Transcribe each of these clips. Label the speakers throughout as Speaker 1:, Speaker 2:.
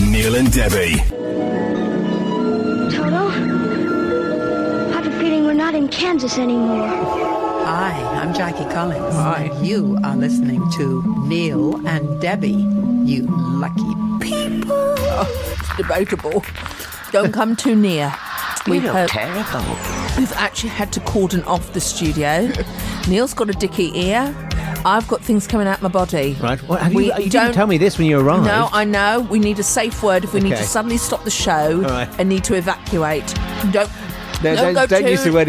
Speaker 1: Neil and Debbie.
Speaker 2: Toto, I have a feeling we're not in Kansas anymore.
Speaker 3: Hi, I'm Jackie Collins. Hi. And you are listening to Neil and Debbie, you lucky people.
Speaker 4: debatable. Don't come too near. We've, heard-
Speaker 5: terrible.
Speaker 4: we've actually had to cordon off the studio. Neil's got a dicky ear. I've got things coming out my body.
Speaker 5: Right. Well, have
Speaker 4: We
Speaker 5: you, you didn't
Speaker 4: don't-
Speaker 5: tell me this when you arrived.
Speaker 4: No, I know. We need a safe word if we need
Speaker 5: Okay.
Speaker 4: to suddenly stop the show
Speaker 5: All right.
Speaker 4: and need to evacuate. Don't.
Speaker 5: No, don't-
Speaker 4: go
Speaker 5: don't
Speaker 4: too-
Speaker 5: use the word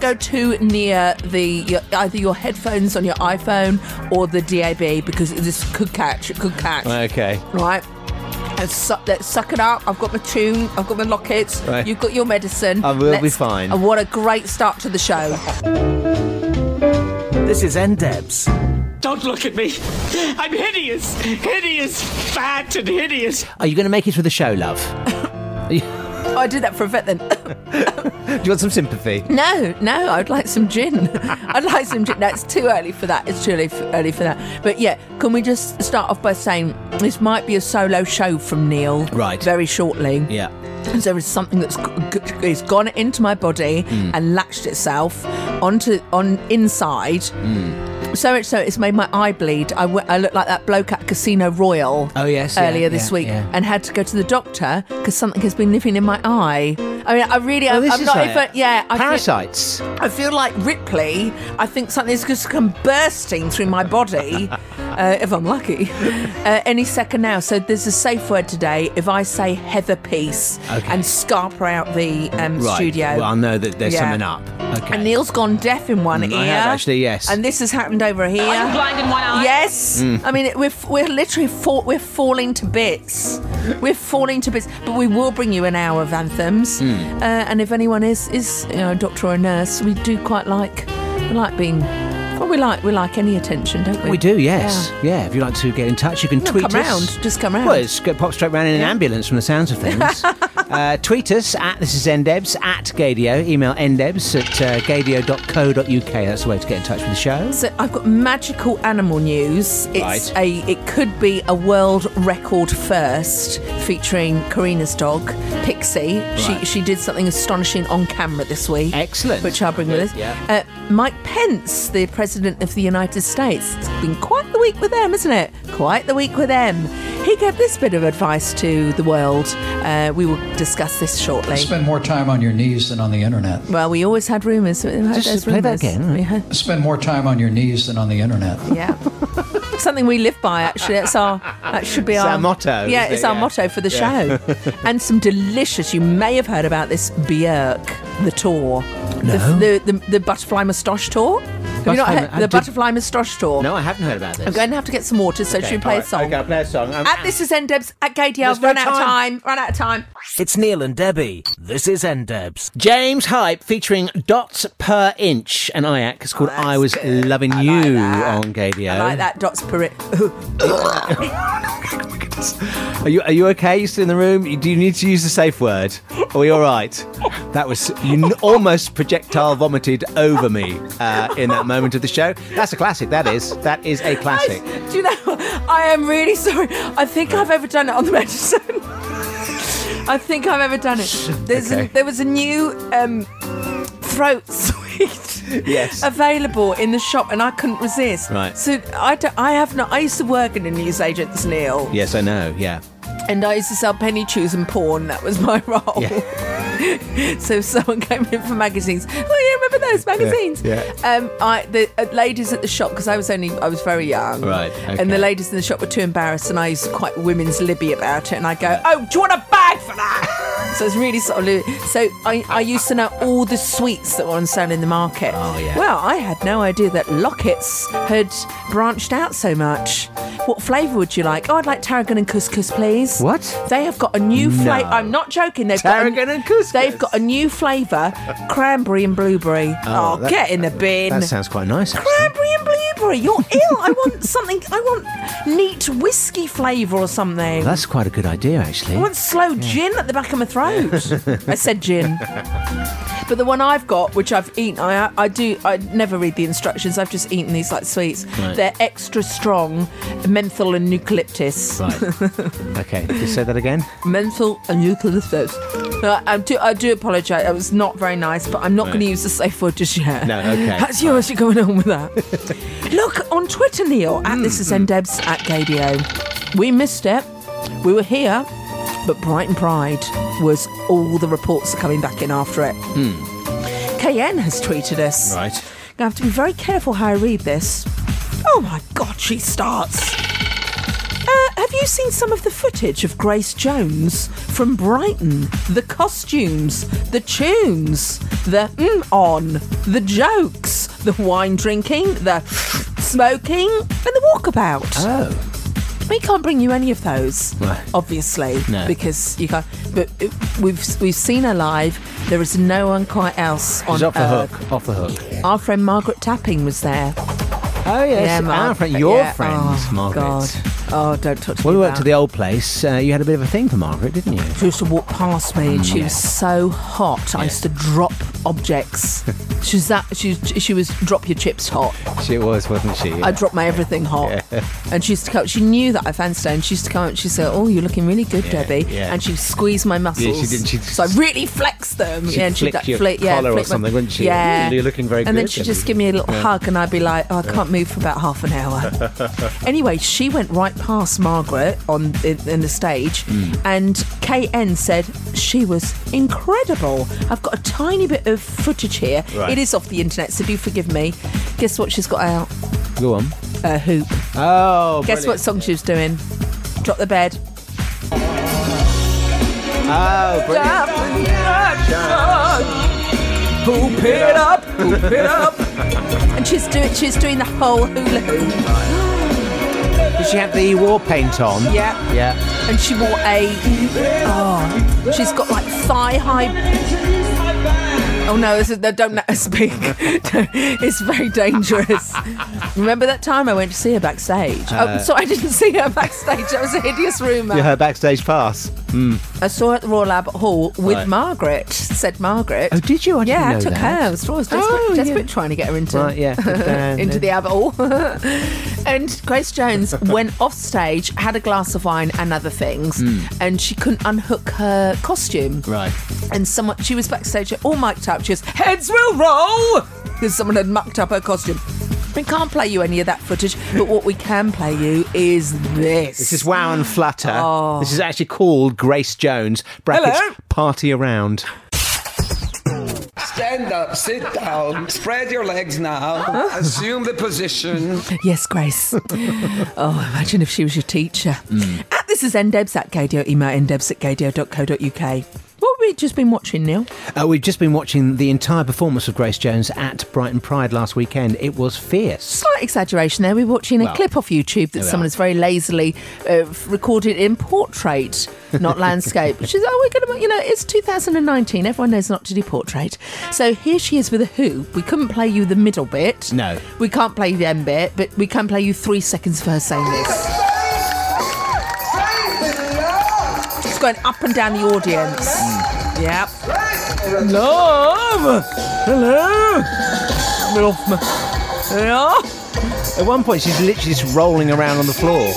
Speaker 4: Don't go too near the your, either your headphones on your iPhone or the DAB because this could catch. It could catch.
Speaker 5: Okay.
Speaker 4: Right. And su- let's suck it up. I've got my tune. I've got my lockets.
Speaker 5: Right.
Speaker 4: You've got your medicine.
Speaker 5: I will be
Speaker 4: Let's-
Speaker 5: fine.
Speaker 4: And what a great start to the show.
Speaker 6: This is NDebs.
Speaker 7: Don't look at me. I'm hideous, hideous, fat and hideous.
Speaker 5: Are you going to make it through the show, love?
Speaker 4: oh, I did that for a vet then.
Speaker 5: Do you want some sympathy?
Speaker 4: No, no, I'd like some gin. I'd like some gin. That's too early for that. It's too early for, early for that. But yeah, can we just start off by saying this might be a solo show from Neil?
Speaker 5: Right.
Speaker 4: Very shortly.
Speaker 5: Yeah.
Speaker 4: So there is something that's g- g- has gone into my body
Speaker 5: Hmm.
Speaker 4: and latched itself onto on inside.
Speaker 5: Hmm.
Speaker 4: So much so it's made my eye bleed. I, w- I look like that bloke at Casino Royal.
Speaker 5: Oh, yes, yeah,
Speaker 4: Earlier this
Speaker 5: yeah,
Speaker 4: week, Um,
Speaker 5: yeah.
Speaker 4: and had to go to the doctor because something has been living in my eye. I mean, I really,
Speaker 5: Oh,
Speaker 4: I'm,
Speaker 5: this
Speaker 4: I'm
Speaker 5: is
Speaker 4: not
Speaker 5: like
Speaker 4: even. Yeah, I feel-
Speaker 5: Parasites.
Speaker 4: I feel like Ripley. I think something's just come bursting through my body, uh, if I'm lucky, uh, any second now. So there's a safe word today. If I say Heather Peace
Speaker 5: Okay.
Speaker 4: and scarper out the um,
Speaker 5: Right.
Speaker 4: studio.
Speaker 5: Well, I know that there's
Speaker 4: Yeah.
Speaker 5: something up. Okay.
Speaker 4: and Neil's gone deaf in one
Speaker 5: Mm,
Speaker 4: ear.
Speaker 5: I have actually, yes. Mm.
Speaker 4: And this has happened over here.
Speaker 8: Are you blind in one eye?
Speaker 4: Yes. I mean, it- we're f- we're literally fall, we're falling to bits. We're falling to bits. But we will bring you an hour of anthems.
Speaker 5: Mm.
Speaker 4: Uh, and if anyone is is you know a doctor or a nurse, we do quite like we like being. Well, we like we like any attention, don't we?
Speaker 5: we do, yes. Yeah. If you'd like to get in touch, you can
Speaker 4: No,
Speaker 5: tweet
Speaker 4: come
Speaker 5: us.
Speaker 4: round. Just come round.
Speaker 5: Well, it's go- pop straight round in an ambulance from the sounds of things. uh, tweet us at this is ndebs at gadio. Email ndebs at uh, gadio.co.uk. That's the way to get in touch with the show.
Speaker 4: So I've got magical animal news. It's
Speaker 5: Right.
Speaker 4: a it could be a world record first featuring Karina's dog, Pixie. She
Speaker 5: Right.
Speaker 4: she did something astonishing on camera this week.
Speaker 5: Excellent.
Speaker 4: Which I'll bring with us.
Speaker 5: Yeah.
Speaker 4: Uh, Mike Pence, the President of the United States. It's been quite the week with them, isn't it? Quite the week with them. He gave this bit of advice to the world. Uh, we will discuss this shortly.
Speaker 9: Spend more time on your knees than on the internet.
Speaker 4: Well, we always had rumours. We had
Speaker 5: Just
Speaker 4: those
Speaker 5: play that
Speaker 4: rumours.
Speaker 5: again.
Speaker 4: We had-
Speaker 9: Spend more time on your knees than on the internet.
Speaker 4: Yeah. Something we live by, actually. That's our, that should be
Speaker 5: It's
Speaker 4: our,
Speaker 5: our motto,
Speaker 4: Yeah,
Speaker 5: isn't
Speaker 4: it's
Speaker 5: it?
Speaker 4: our
Speaker 5: Yeah.
Speaker 4: motto for the show. and some delicious, you may have heard about this Björk, the tour.
Speaker 5: No.
Speaker 4: The, the, the, the Butterfly Moustache Tour. Have you not
Speaker 5: Butterfly-
Speaker 4: heard,
Speaker 5: I
Speaker 4: the
Speaker 5: did-
Speaker 4: Butterfly Moustache Tour.
Speaker 5: No, I haven't heard about this.
Speaker 4: I'm going to have to get some water, so
Speaker 5: Okay,
Speaker 4: should we play
Speaker 5: all
Speaker 4: a
Speaker 5: right.
Speaker 4: song?
Speaker 5: Okay, I'll play a song. I'm
Speaker 4: At this is NDebs at Gay
Speaker 5: There's
Speaker 4: I've
Speaker 5: no
Speaker 4: run out of
Speaker 5: time.
Speaker 4: time. Run out of time.
Speaker 6: It's Neil and Debbie. This is NDebs.
Speaker 5: James Hype featuring Dots Per Inch and IAC. It's called I Was Loving You on Gadio.
Speaker 4: I like that. Dots per it.
Speaker 5: Are you, are you okay? You still in the room? You- Do you need to use the safe word? Are we all right? That was, you n- almost projectile vomited over me uh, in that moment of the show. That's a classic, that is. That is a classic.
Speaker 4: Do you know? what? I am really sorry. I think I've overdone it on the medicine. I think I've overdone it. There's
Speaker 5: Okay.
Speaker 4: a, there was a new um, throat sweet
Speaker 5: Yes.
Speaker 4: available in the shop, and I couldn't resist.
Speaker 5: Right.
Speaker 4: So I, don't, I have not. I used to work in a newsagent's Neil,
Speaker 5: Yes, I know, yeah.
Speaker 4: and I used to sell penny chews and porn. That was my role.
Speaker 5: Yeah.
Speaker 4: So if someone came in for magazines, oh yeah, remember those magazines?
Speaker 5: yeah.
Speaker 4: Um, I the uh, ladies at the shop because I was only I was very young,
Speaker 5: Right, okay.
Speaker 4: And the ladies in the shop were too embarrassed, and I used to quite women's libby about it, and I go, oh, do you want a bag for that? so it's really sort of li- so I, I used to know all the sweets that were on sale in the market.
Speaker 5: Oh, yeah.
Speaker 4: Well, I had no idea that lockets had branched out so much. What flavour would you like? Oh, I'd like tarragon and couscous, please.
Speaker 5: What?
Speaker 4: They have got a new flavour. I'm not joking. They've got
Speaker 5: Tarragon
Speaker 4: a,
Speaker 5: and couscous.
Speaker 4: They've got a new flavour, cranberry and blueberry. Oh,
Speaker 5: that-
Speaker 4: get in the bin.
Speaker 5: That sounds quite nice, actually.
Speaker 4: Cranberry and blueberry. You're ill. I want something. I want neat whiskey flavour or something.
Speaker 5: That's quite a good idea,
Speaker 4: I
Speaker 5: actually.
Speaker 4: want slow gin at the back of my throat. I said gin. But the one I've got, which I've eaten, I, I do, I never read the instructions. I've just eaten these like sweets. They're extra strong, menthol and eucalyptus.
Speaker 5: Right. okay. Just say that again.
Speaker 4: Menthol and eucalyptus. No, I, I do, I do apologise. It was not very nice, but I'm not going to use the safe word just yet.
Speaker 5: No, okay.
Speaker 4: That's you actually going on with that. Look on Twitter, Neil, at this is
Speaker 5: Mm-hmm.
Speaker 4: ndebs at Gadio. We missed it. We were here, but Brighton Pride was all the reports are coming back in after it. KN has tweeted us.
Speaker 5: Hmm. Right.
Speaker 4: I have to be very careful how I read this. Oh my God, she starts. Uh, have you seen some of the footage of Grace Jones from Brighton? The costumes, the tunes, the mm on, the jokes, the wine drinking, the smoking, and the walkabout.
Speaker 5: Oh.
Speaker 4: We can't bring you any of those,
Speaker 5: Right.
Speaker 4: obviously,
Speaker 5: No.
Speaker 4: because you can't. But uh, we've we've seen her live. There is no one quite else on
Speaker 5: She's off the
Speaker 4: earth.
Speaker 5: hook. Off the hook.
Speaker 4: Our friend Margaret Tapping was there.
Speaker 5: Oh yes. our
Speaker 4: Margaret,
Speaker 5: friend, your
Speaker 4: yeah.
Speaker 5: friend,
Speaker 4: oh,
Speaker 5: Margaret.
Speaker 4: God. Oh, don't touch
Speaker 5: When
Speaker 4: me. with
Speaker 5: we went to
Speaker 4: that.
Speaker 5: the old place, uh, you had a bit of a thing for Margaret, didn't you?
Speaker 4: She used to walk past me, and she was so hot. I used to drop objects. she was that. She she was drop your chips hot.
Speaker 5: She was, wasn't she?
Speaker 4: I dropped my everything hot. And she used to come, she knew that I fancied her, and she used to come up and she said, Oh, you're looking really good,
Speaker 5: Yeah,
Speaker 4: Debbie.
Speaker 5: yeah.
Speaker 4: And she squeezed my muscles.
Speaker 5: did. She-
Speaker 4: so I really flexed them.
Speaker 5: She'd
Speaker 4: yeah, and she'd
Speaker 5: flick
Speaker 4: like,
Speaker 5: your
Speaker 4: flick, yeah,
Speaker 5: collar or
Speaker 4: flick my-
Speaker 5: something, wouldn't she?
Speaker 4: Yeah.
Speaker 5: You're looking very
Speaker 4: And then
Speaker 5: good,
Speaker 4: she'd just
Speaker 5: Debbie.
Speaker 4: give me a little hug, and I'd be like, Oh, I can't move for about half an hour. anyway, she went right past Margaret on in, in the stage,
Speaker 5: Mm.
Speaker 4: and KN said she was incredible. I've got a tiny bit of footage here.
Speaker 5: Right.
Speaker 4: It is off the internet, so do forgive me. Guess what she's got out?
Speaker 5: Go on.
Speaker 4: A hoop.
Speaker 5: Oh,
Speaker 4: Guess what
Speaker 5: brilliant.
Speaker 4: song she was doing? Drop the bed.
Speaker 5: Oh, brilliant.
Speaker 4: Hoop it up, hoop it up. And she's doing she's doing the whole hula hoop.
Speaker 5: Did she have the war paint on?
Speaker 4: Yeah.
Speaker 5: Yeah.
Speaker 4: And she wore a oh, she's got like thigh high. Oh no, this is, no, don't let her speak. it's very dangerous. Remember that time I went to see her backstage? oh, sorry, I didn't see her backstage. That was a hideous rumour.
Speaker 5: Yeah, her backstage pass.
Speaker 4: I saw her at the Royal Albert Hall with
Speaker 5: Right.
Speaker 4: Margaret, said Margaret.
Speaker 5: Oh, did you? I didn't
Speaker 4: yeah,
Speaker 5: know
Speaker 4: I took
Speaker 5: that.
Speaker 4: her. I was, I was desperate,
Speaker 5: Oh, yeah.
Speaker 4: desperate trying to get her into,
Speaker 5: Right, yeah. But, uh,
Speaker 4: into
Speaker 5: no.
Speaker 4: the Albert Hall. and Grace Jones went off stage, had a glass of wine and other things, and she couldn't unhook her costume.
Speaker 5: Hmm. Right.
Speaker 4: And someone, she was backstage all mic'd up. She was, heads will roll! Because someone had mucked up her costume. We can't play you any of that footage, but what we can play you is this.
Speaker 5: This is Wow and Flutter. This is actually called Grace Jones. Brackets
Speaker 4: Oh. Hello.
Speaker 5: Party Around.
Speaker 1: Stand up, sit down, spread your legs now, assume the position.
Speaker 4: Yes, Grace. oh, imagine if she was your teacher. At this is ndebs at gadio. Email ndebs at gadio.co.uk. What have we just been watching, Neil?
Speaker 5: Uh, we've just been watching the entire performance of Grace Jones at Brighton Pride last weekend. It was fierce.
Speaker 4: Slight exaggeration there. We're watching a
Speaker 5: Well,
Speaker 4: clip off YouTube that
Speaker 5: we
Speaker 4: someone
Speaker 5: are.
Speaker 4: has very lazily uh, recorded in portrait, not landscape. Which is, oh, we're going to, you know, it's 2019. Everyone knows not to do portrait. So here she is with a hoop. We couldn't play you the middle bit.
Speaker 5: No.
Speaker 4: We can't play the end bit, but we can play you three seconds of her saying this. It's going up and down the audience.
Speaker 5: Mm.
Speaker 4: Yep.
Speaker 5: Love! Hello!
Speaker 4: Yeah.
Speaker 5: At one point, she's literally just rolling around on the floor.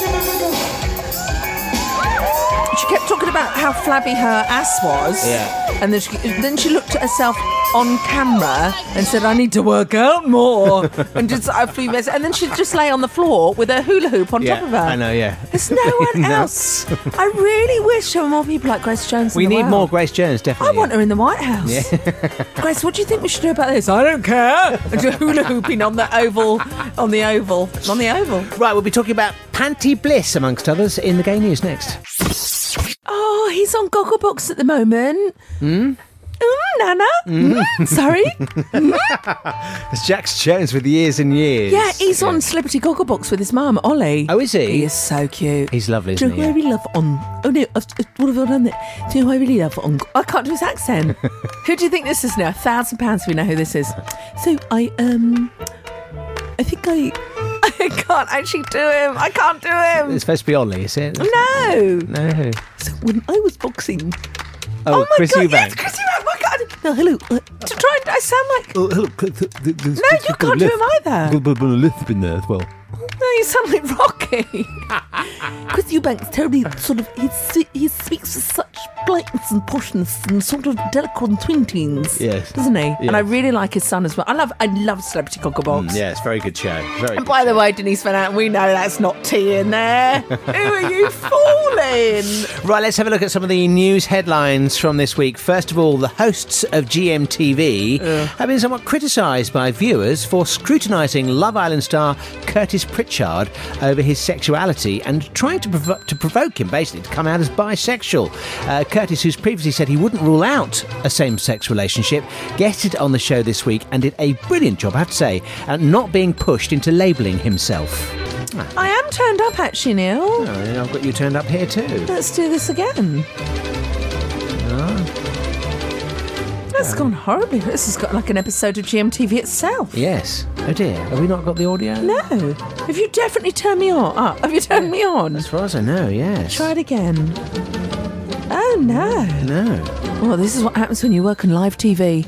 Speaker 4: She kept talking about how flabby her ass was.
Speaker 5: Yeah.
Speaker 4: And then she, then she looked at herself on camera and said, I need to work out more. and just I flew this. And then she'd just lay on the floor with her hula hoop on
Speaker 5: yeah,
Speaker 4: top of her.
Speaker 5: I know, yeah.
Speaker 4: There's no one
Speaker 5: No.
Speaker 4: else. I really wish there were more people like Grace Jones. in
Speaker 5: We
Speaker 4: the
Speaker 5: need
Speaker 4: world.
Speaker 5: more Grace Jones, definitely.
Speaker 4: I want her in the White House. Grace, what do you think we should do about this? I don't care. And just hula hooping on the oval, on the oval, on the oval.
Speaker 5: Right, we'll be talking about Panty Bliss, amongst others, in the Gay News next.
Speaker 4: Oh, he's on Gogglebox at the moment.
Speaker 5: Hmm?
Speaker 4: Mm. Nana. Mm, Sorry.
Speaker 5: It's Jax Jones with Years and Years.
Speaker 4: Yeah, he's on Celebrity Gogglebox with his mum, Ollie.
Speaker 5: Oh, is he?
Speaker 4: He is so cute.
Speaker 5: He's lovely,
Speaker 4: Do
Speaker 5: isn't
Speaker 4: you know who I
Speaker 5: he?
Speaker 4: really love on? Oh no, I've, I've- what have I done there? Do you know who I really love on? I can't do his accent. who do you think this is now? A thousand pounds if we know who this is. So I um, I think I, I can't actually do him. I can't do him.
Speaker 5: It's supposed to be Ollie, is it?
Speaker 4: No.
Speaker 5: No.
Speaker 4: So when I was boxing,
Speaker 5: Oh, Chris
Speaker 4: god,
Speaker 5: Eubank.
Speaker 4: Oh yes, Chris Eubank. oh My god, No, hello. Uh, to try and I sound like
Speaker 5: Oh, hello.
Speaker 4: No, you can't do him either.
Speaker 5: Got a lisp in there as well.
Speaker 4: No, you sound like Rocky. Chris Eubanks totally sort of he s- he speaks with such blankness and poshness and sort of delicate twin teens.
Speaker 5: Yes.
Speaker 4: doesn't he?
Speaker 5: Yes. Mm,
Speaker 4: And I really like his son as well. I love I love Celebrity Cockerbox.
Speaker 5: Yeah, it's a very good show.
Speaker 4: And
Speaker 5: Very. Good
Speaker 4: by the
Speaker 5: show.
Speaker 4: way, Denise Van Outen, we know that's not tea in there. Who are you fooling?
Speaker 5: Right, let's have a look at some of the news headlines from this week. First of all, the hosts of GMTV have been somewhat criticised by viewers for scrutinising Love Island star Curtis Pritchard over his sexuality and trying to, provo- to provoke him, basically, to come out as bisexual. Uh, Curtis, who's previously said he wouldn't rule out a same sex relationship, guested on the show this week and did a brilliant job, I have to say, at not being pushed into labelling himself.
Speaker 4: I am turned up actually, Neil.
Speaker 5: Oh, and I've got you turned up here too.
Speaker 4: Let's do this again. That's gone horribly. This has got like an episode of GMTV itself.
Speaker 5: Yes. Oh dear. Have we not got the audio?
Speaker 4: No. Have you definitely turned me on? Ah, have you turned me on?
Speaker 5: As far as I know, yes.
Speaker 4: Try it again. Oh no!
Speaker 5: No.
Speaker 4: Well, this is what happens when you work on live TV.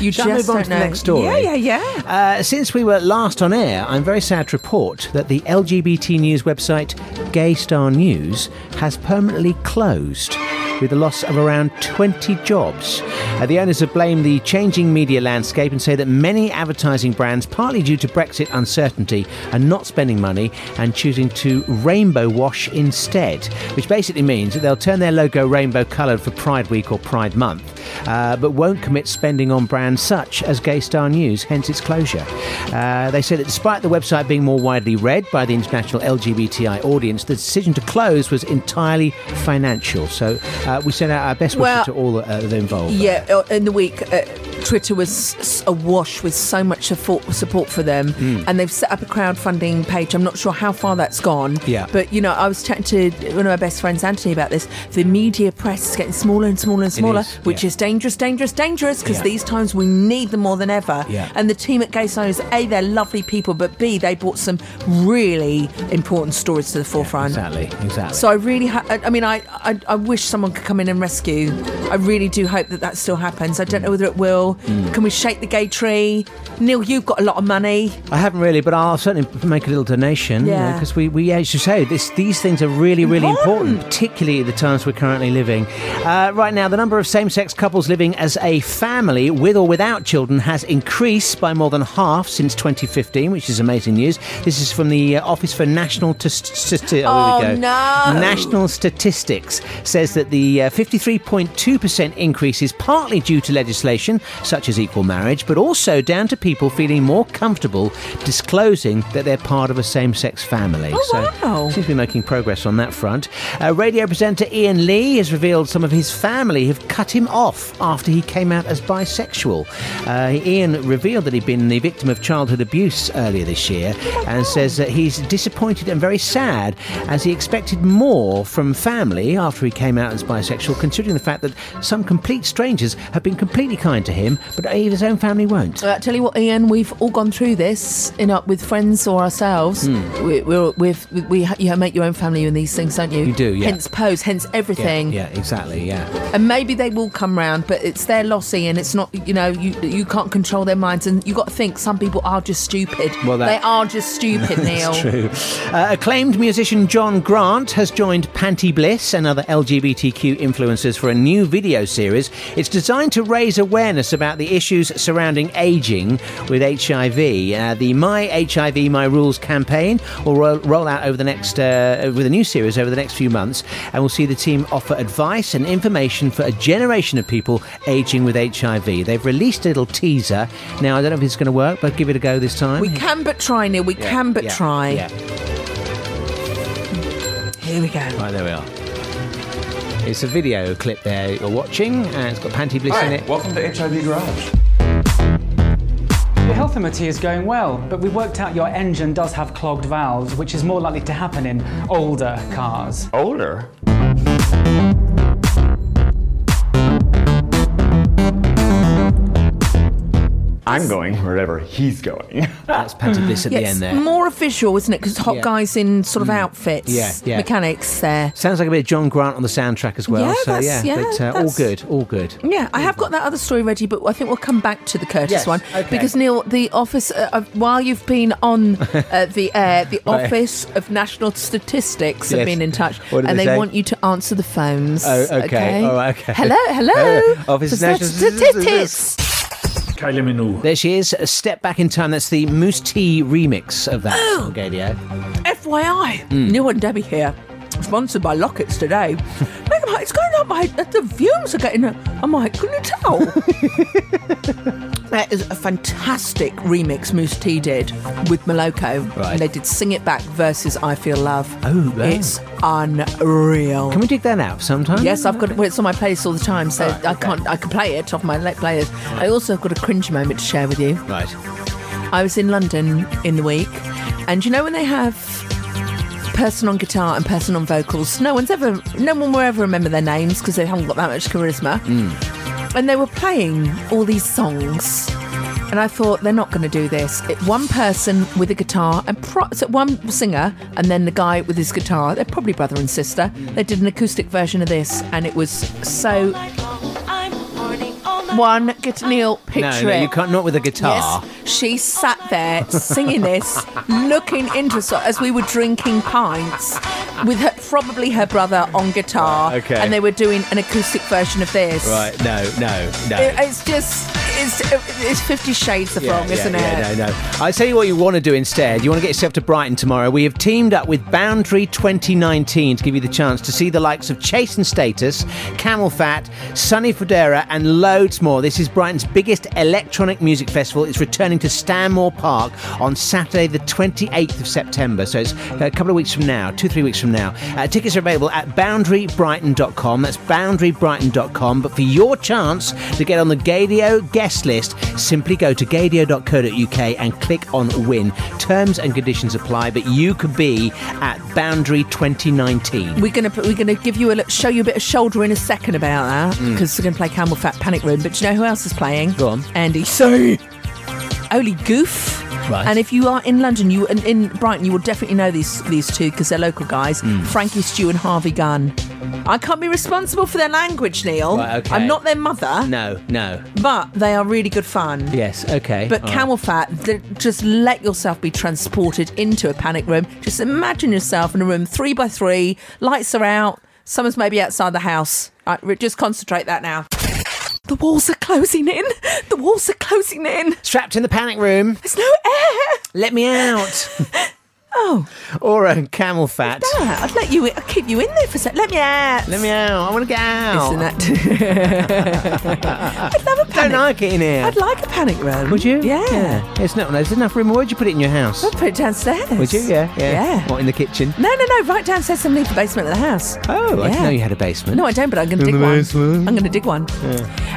Speaker 4: You
Speaker 5: Shall I
Speaker 4: just
Speaker 5: move on
Speaker 4: don't
Speaker 5: to the
Speaker 4: know.
Speaker 5: next story?
Speaker 4: Yeah, yeah, yeah.
Speaker 5: Uh, since we were last on air, I'm very sad to report that the LGBT news website Gay Star News has permanently closed. With the loss of around 20 jobs. Uh, the owners have blamed the changing media landscape and say that many advertising brands, partly due to Brexit uncertainty, are not spending money and choosing to rainbow wash instead, which basically means that they'll turn their logo rainbow coloured for Pride Week or Pride Month. uh, but won't commit spending on brands such as Gay Star News, hence its closure. Uh, they say that despite the website being more widely read by the international LGBTI audience, the decision to close was entirely financial. So uh, we send out our best wishes
Speaker 4: Well-
Speaker 5: to all uh, the involved.
Speaker 4: Yeah, uh, in the week, uh, Twitter was s- awash with so much support, support for them,
Speaker 5: Hmm.
Speaker 4: and they've set up a crowdfunding page. I'm not sure how far that's gone.
Speaker 5: Yeah.
Speaker 4: But, you know, I was chatting to one of my best friends, Anthony, about this. The media press is getting smaller and smaller and smaller,
Speaker 5: is,
Speaker 4: which
Speaker 5: yeah.
Speaker 4: is dangerous, dangerous, dangerous, because
Speaker 5: Yeah.
Speaker 4: these times we need them more than ever.
Speaker 5: Yeah.
Speaker 4: And the team at Gay Science, A, they're lovely people, but B, they brought some really important stories to the forefront.
Speaker 5: Exactly, exactly.
Speaker 4: So I really, ha- I I mean, I, I, I wish someone could come in and rescue. I really do hope that that still happens. I don't know whether it will.
Speaker 5: Hmm.
Speaker 4: Can we shake the gay tree? Neil, you've got a lot of money.
Speaker 5: I haven't really, but I'll certainly make a little donation.
Speaker 4: Yeah.
Speaker 5: Because we, we, as you say, this, these things are really, really important, particularly at the times we're currently living. Uh, right now, the number of same sex couples living as a family with or without children has increased by more than half since 2015, which is amazing news. This is from the uh, Office for National Statistics.
Speaker 4: Oh, no.
Speaker 5: National Statistics says that the uh, 53.2% increase is partly due to legislation such as equal marriage, but also down to people feeling more comfortable disclosing that they're part of a same sex family.
Speaker 4: Oh,
Speaker 5: so,
Speaker 4: wow.
Speaker 5: seems to be making progress on that front. Uh, radio presenter Ian Lee has revealed some of his family have cut him off after he came out as bisexual. Uh, Ian revealed that he'd been the victim of childhood abuse earlier this year and says that he's disappointed and very sad as he expected more from family after he came out as bisexual, considering the fact that some complete strangers have been completely kind to him, but his own family won't.
Speaker 4: Uh, tell you what, Ian, we've all gone through this, you know, with friends or ourselves.
Speaker 5: Hmm.
Speaker 4: We, we're, we've, we, we ha- you make your own family in these things, don't you?
Speaker 5: You do, yeah.
Speaker 4: Hence pose, hence everything.
Speaker 5: Yeah, exactly, yeah.
Speaker 4: And maybe they will come round, but it's their loss, Ian. It's not, you know, you you can't control their minds, and you got to think some people are just stupid.
Speaker 5: Well, that-
Speaker 4: they are just stupid, Neil.
Speaker 5: Uh, acclaimed musician John Grant has joined Panty Bliss and other LGBTQ influencers for a new video series. It's designed to raise awareness about the issues surrounding aging with HIV. Uh, the My HIV My Rules campaign will roll, roll out over the next uh, with a new series over the next few months, and we'll see the team offer advice and information for a generation of people aging with HIV. They've released a little teaser. Now I don't know if it's going to work, but give it a go this time.
Speaker 4: We can but try, Neil. We can but
Speaker 5: Yeah,
Speaker 4: try.
Speaker 5: yeah.
Speaker 4: Here we go.
Speaker 5: Right, there we are. It's a video clip there you're watching, and it's got Panty Bliss in it.
Speaker 1: welcome to HIV Garage.
Speaker 8: Your health MOT is going well, but we worked out your engine does have clogged valves, which is more likely to happen in older cars.
Speaker 10: Oh,
Speaker 1: Older?
Speaker 11: I'm going wherever he's going.
Speaker 5: That's panted bliss at the
Speaker 4: Yes,
Speaker 5: end there.
Speaker 4: more official, isn't it? Because hot
Speaker 5: Yeah. Mm.
Speaker 4: guys in sort of outfits,
Speaker 5: Yeah, yeah.
Speaker 4: mechanics there.
Speaker 5: Sounds like a bit of John Grant on the soundtrack as well.
Speaker 4: Yeah,
Speaker 5: so yeah,
Speaker 4: that's- yeah,
Speaker 5: but uh, all
Speaker 4: that's-
Speaker 5: good, all good.
Speaker 4: Yeah, I have got that other story ready, but I think we'll come back to the Curtis
Speaker 5: Yes,
Speaker 4: one
Speaker 5: okay.
Speaker 4: because Neil, the office. Uh, uh, while you've been on uh, the air, the
Speaker 5: Right.
Speaker 4: Office of National Statistics
Speaker 5: Yes.
Speaker 4: have been in touch,
Speaker 5: What did
Speaker 4: and
Speaker 5: they
Speaker 4: they
Speaker 5: say?
Speaker 4: want you to answer the phones.
Speaker 5: Oh, okay. All right, okay.
Speaker 4: Hello, hello.
Speaker 5: Hello. Office of National
Speaker 4: Statistics.
Speaker 12: Kylie Minogue.
Speaker 5: There she is, a step back in time. That's the Moose Tea remix of that
Speaker 4: Oh!
Speaker 5: song, Gadio.
Speaker 4: FYI,
Speaker 5: Hmm.
Speaker 4: Neil and Debbie here, sponsored by Lockets today. Look, I'm like, it's going up my. The views are getting. I'm like, can you tell? that is a fantastic remix Moose T did with Maloko.
Speaker 5: Right.
Speaker 4: And they did Sing It Back versus I Feel Love.
Speaker 5: Oh, wow.
Speaker 4: It's unreal.
Speaker 5: Can we dig that out sometime?
Speaker 4: Yes, I've got well, it's on my playlist all the time, so
Speaker 5: Alright,
Speaker 4: I
Speaker 5: okay.
Speaker 4: can't. I can play it off my le- playlist. I also have got a cringe moment to share with you.
Speaker 5: Right.
Speaker 4: I was in London in the week, and you know when they have person on guitar and person on vocals, no one's ever, no one will ever remember their names because they haven't got that much charisma.
Speaker 5: Mm.
Speaker 4: And they were playing all these songs, and I thought they're not going to do this. It, one person with a guitar and pro- so one singer, and then the guy with his guitar. They're probably brother and sister. They did an acoustic version of this, and it was so. One, get Neil, picture
Speaker 5: No, no,
Speaker 4: it.
Speaker 5: you can't. Not with a guitar.
Speaker 4: Yes, she sat there singing this, looking into us as we were drinking pints with her, probably her brother on guitar,
Speaker 5: Right, okay.
Speaker 4: and they were doing an acoustic version of this.
Speaker 5: Right. No. No. No.
Speaker 4: It- it's just it's it's Fifty Shades of Wrong, isn't it?
Speaker 5: yeah, no, no. I tell you what you want to do instead. You want to get yourself to Brighton tomorrow. We have teamed up with Boundary 2019 to give you the chance to see the likes of Chase and Status, Camel Fat, Sunny Fodera, and loads more. This is Brighton's biggest electronic music festival. It's returning to Stanmore Park on Saturday, the 28th of September. So it's uh, a couple of weeks from now, two, three weeks from now. Uh, tickets are available at boundarybrighton.com. That's boundarybrighton.com. But for your chance to get on the Gadio guest list, simply go to gadio.co.uk and click on win. Terms and conditions apply, but you could be at Boundary 2019.
Speaker 4: We're gonna put- we're gonna give you a look- show you a bit of shoulder in a second about that because we're gonna play Camel Fat Panic Room. But do you know who else is playing?
Speaker 5: Mm. Go on.
Speaker 4: Andy. So, Oli Goof.
Speaker 5: Right.
Speaker 4: And if you are in London, you and in Brighton, you will definitely know these these two because they're local guys.
Speaker 5: Mm.
Speaker 4: Frankie Stew and Harvey Gunn. I can't be responsible for their language, Neil.
Speaker 5: Right, okay.
Speaker 4: I'm not their mother,
Speaker 5: No, no.
Speaker 4: but they are really good fun.
Speaker 5: Yes, okay.
Speaker 4: But
Speaker 5: all right.
Speaker 4: camel fat, th- just let yourself be transported into a panic room. Just imagine yourself in a room three by three, lights are out, someone's maybe outside the house. All right, re- just concentrate that now. The walls are closing in. The walls are closing in.
Speaker 5: Trapped in the panic room.
Speaker 4: There's no air.
Speaker 5: Let me out.
Speaker 4: Oh,
Speaker 5: or a camel fat.
Speaker 4: ah, I'd let you. In. I'd keep you in there for a sec. Let me out.
Speaker 5: Let me out. I want to get out.
Speaker 4: Isn't that? I'd love a
Speaker 5: I
Speaker 4: panic.
Speaker 5: don't like it in here.
Speaker 4: I'd like a panic room.
Speaker 5: Would you?
Speaker 4: Yeah.
Speaker 5: It's not. There's enough room. Where would you put it in your house?
Speaker 4: I'd put it downstairs.
Speaker 5: Would you? Yeah. Yeah.
Speaker 4: Yeah.
Speaker 5: What in the kitchen?
Speaker 4: No, no, no. Right downstairs, some leave the basement of the house.
Speaker 5: Oh, I didn't
Speaker 4: Yeah.
Speaker 5: know you had a basement.
Speaker 4: No, I don't, but I'm going to
Speaker 5: In
Speaker 4: dig
Speaker 5: the
Speaker 4: one.
Speaker 5: basement.
Speaker 4: I'm going to dig one.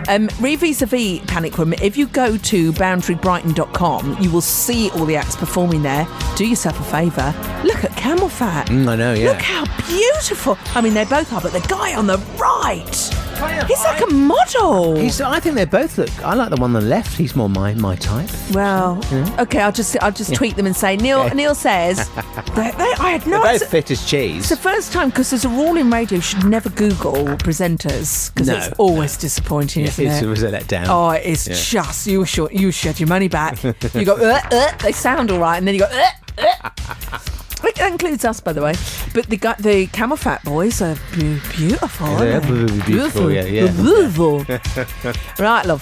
Speaker 4: Um, re vis a vis Panic Room, if you go to boundarybrighton.com, you will see all the acts performing there. Do yourself a favour. Look at Camel Fat.
Speaker 5: Mm, I know. Yeah.
Speaker 4: Look how beautiful. I mean, they both are, but the guy on the right, he's like a model.
Speaker 5: He's, I think they both look. I like the one on the left. He's more my my type.
Speaker 4: well, okay, I'll just I'll just tweet them and say Neil
Speaker 5: Okay.
Speaker 4: Neil says they, they, I had no.
Speaker 5: They
Speaker 4: idea-
Speaker 5: both fit as cheese.
Speaker 4: It's the first time because there's a rule in radio: you should never Google presenters because
Speaker 5: No.
Speaker 4: it's always disappointing,
Speaker 5: Yeah,
Speaker 4: isn't
Speaker 5: it's-
Speaker 4: it?
Speaker 5: it was a letdown.
Speaker 4: Oh, it's just you. Sure, you shed your money back. you go. Uh, uh, they sound all right, and then you go. Uh, uh. Which includes us, by the way. But the guy, the camel fat boys are bu- beautiful.
Speaker 5: they
Speaker 4: aren't
Speaker 5: are beautiful, beautiful, yeah, yeah.
Speaker 4: Beautiful. right, love.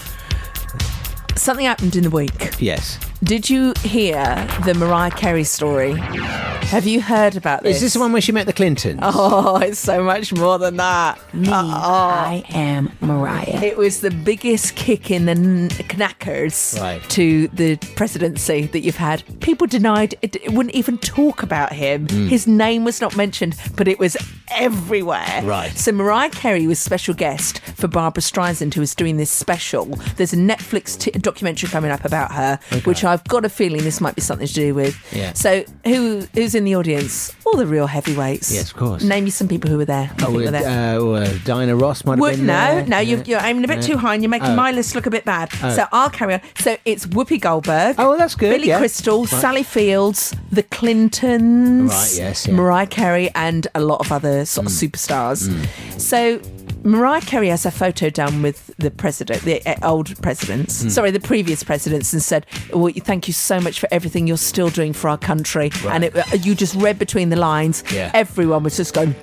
Speaker 4: Something happened in the week.
Speaker 5: yes.
Speaker 4: Did you hear the Mariah Carey story? Have you heard about this?
Speaker 5: Is this the one where she met the Clintons?
Speaker 4: Oh, it's so much more than that. Me, I am Mariah. It was the biggest kick in the n- knackers
Speaker 5: Right.
Speaker 4: to the presidency that you've had. People denied it, it wouldn't even talk about him.
Speaker 5: Mm.
Speaker 4: His name was not mentioned, but it was everywhere.
Speaker 5: Right.
Speaker 4: So Mariah Carey was special guest for Barbara Streisand, who was doing this special. There's a Netflix t- documentary coming up about her, which I I've got a feeling this might be something to do with.
Speaker 5: Yeah.
Speaker 4: So who who's in the audience? All the real heavyweights.
Speaker 5: Yes, of course.
Speaker 4: Name me some people who were there. who
Speaker 5: Oh,
Speaker 4: were
Speaker 5: uh,
Speaker 4: there.
Speaker 5: oh, uh, Dinah Ross might have
Speaker 4: Would,
Speaker 5: been
Speaker 4: no,
Speaker 5: there.
Speaker 4: no, you've, you're aiming a bit
Speaker 5: Yeah.
Speaker 4: too high and you're making
Speaker 5: Oh.
Speaker 4: my list look a bit bad.
Speaker 5: Oh.
Speaker 4: So I'll carry on. So it's Whoopi Goldberg. Oh,
Speaker 5: that's good,
Speaker 4: Billy
Speaker 5: yeah.
Speaker 4: Crystal,
Speaker 5: Right.
Speaker 4: Sally Fields, The Clintons,
Speaker 5: Right, yes, yeah. Mm.
Speaker 4: Mariah Carey, and a lot of other sort of superstars. So Mariah Carey has a photo done with the president, the uh, old presidents,
Speaker 13: Mm.
Speaker 4: sorry, the previous presidents, and said, "Well, you- thank you so much for everything you're still doing for our country." And it, uh, you just read between the lines.
Speaker 5: Yeah.
Speaker 4: Everyone was just going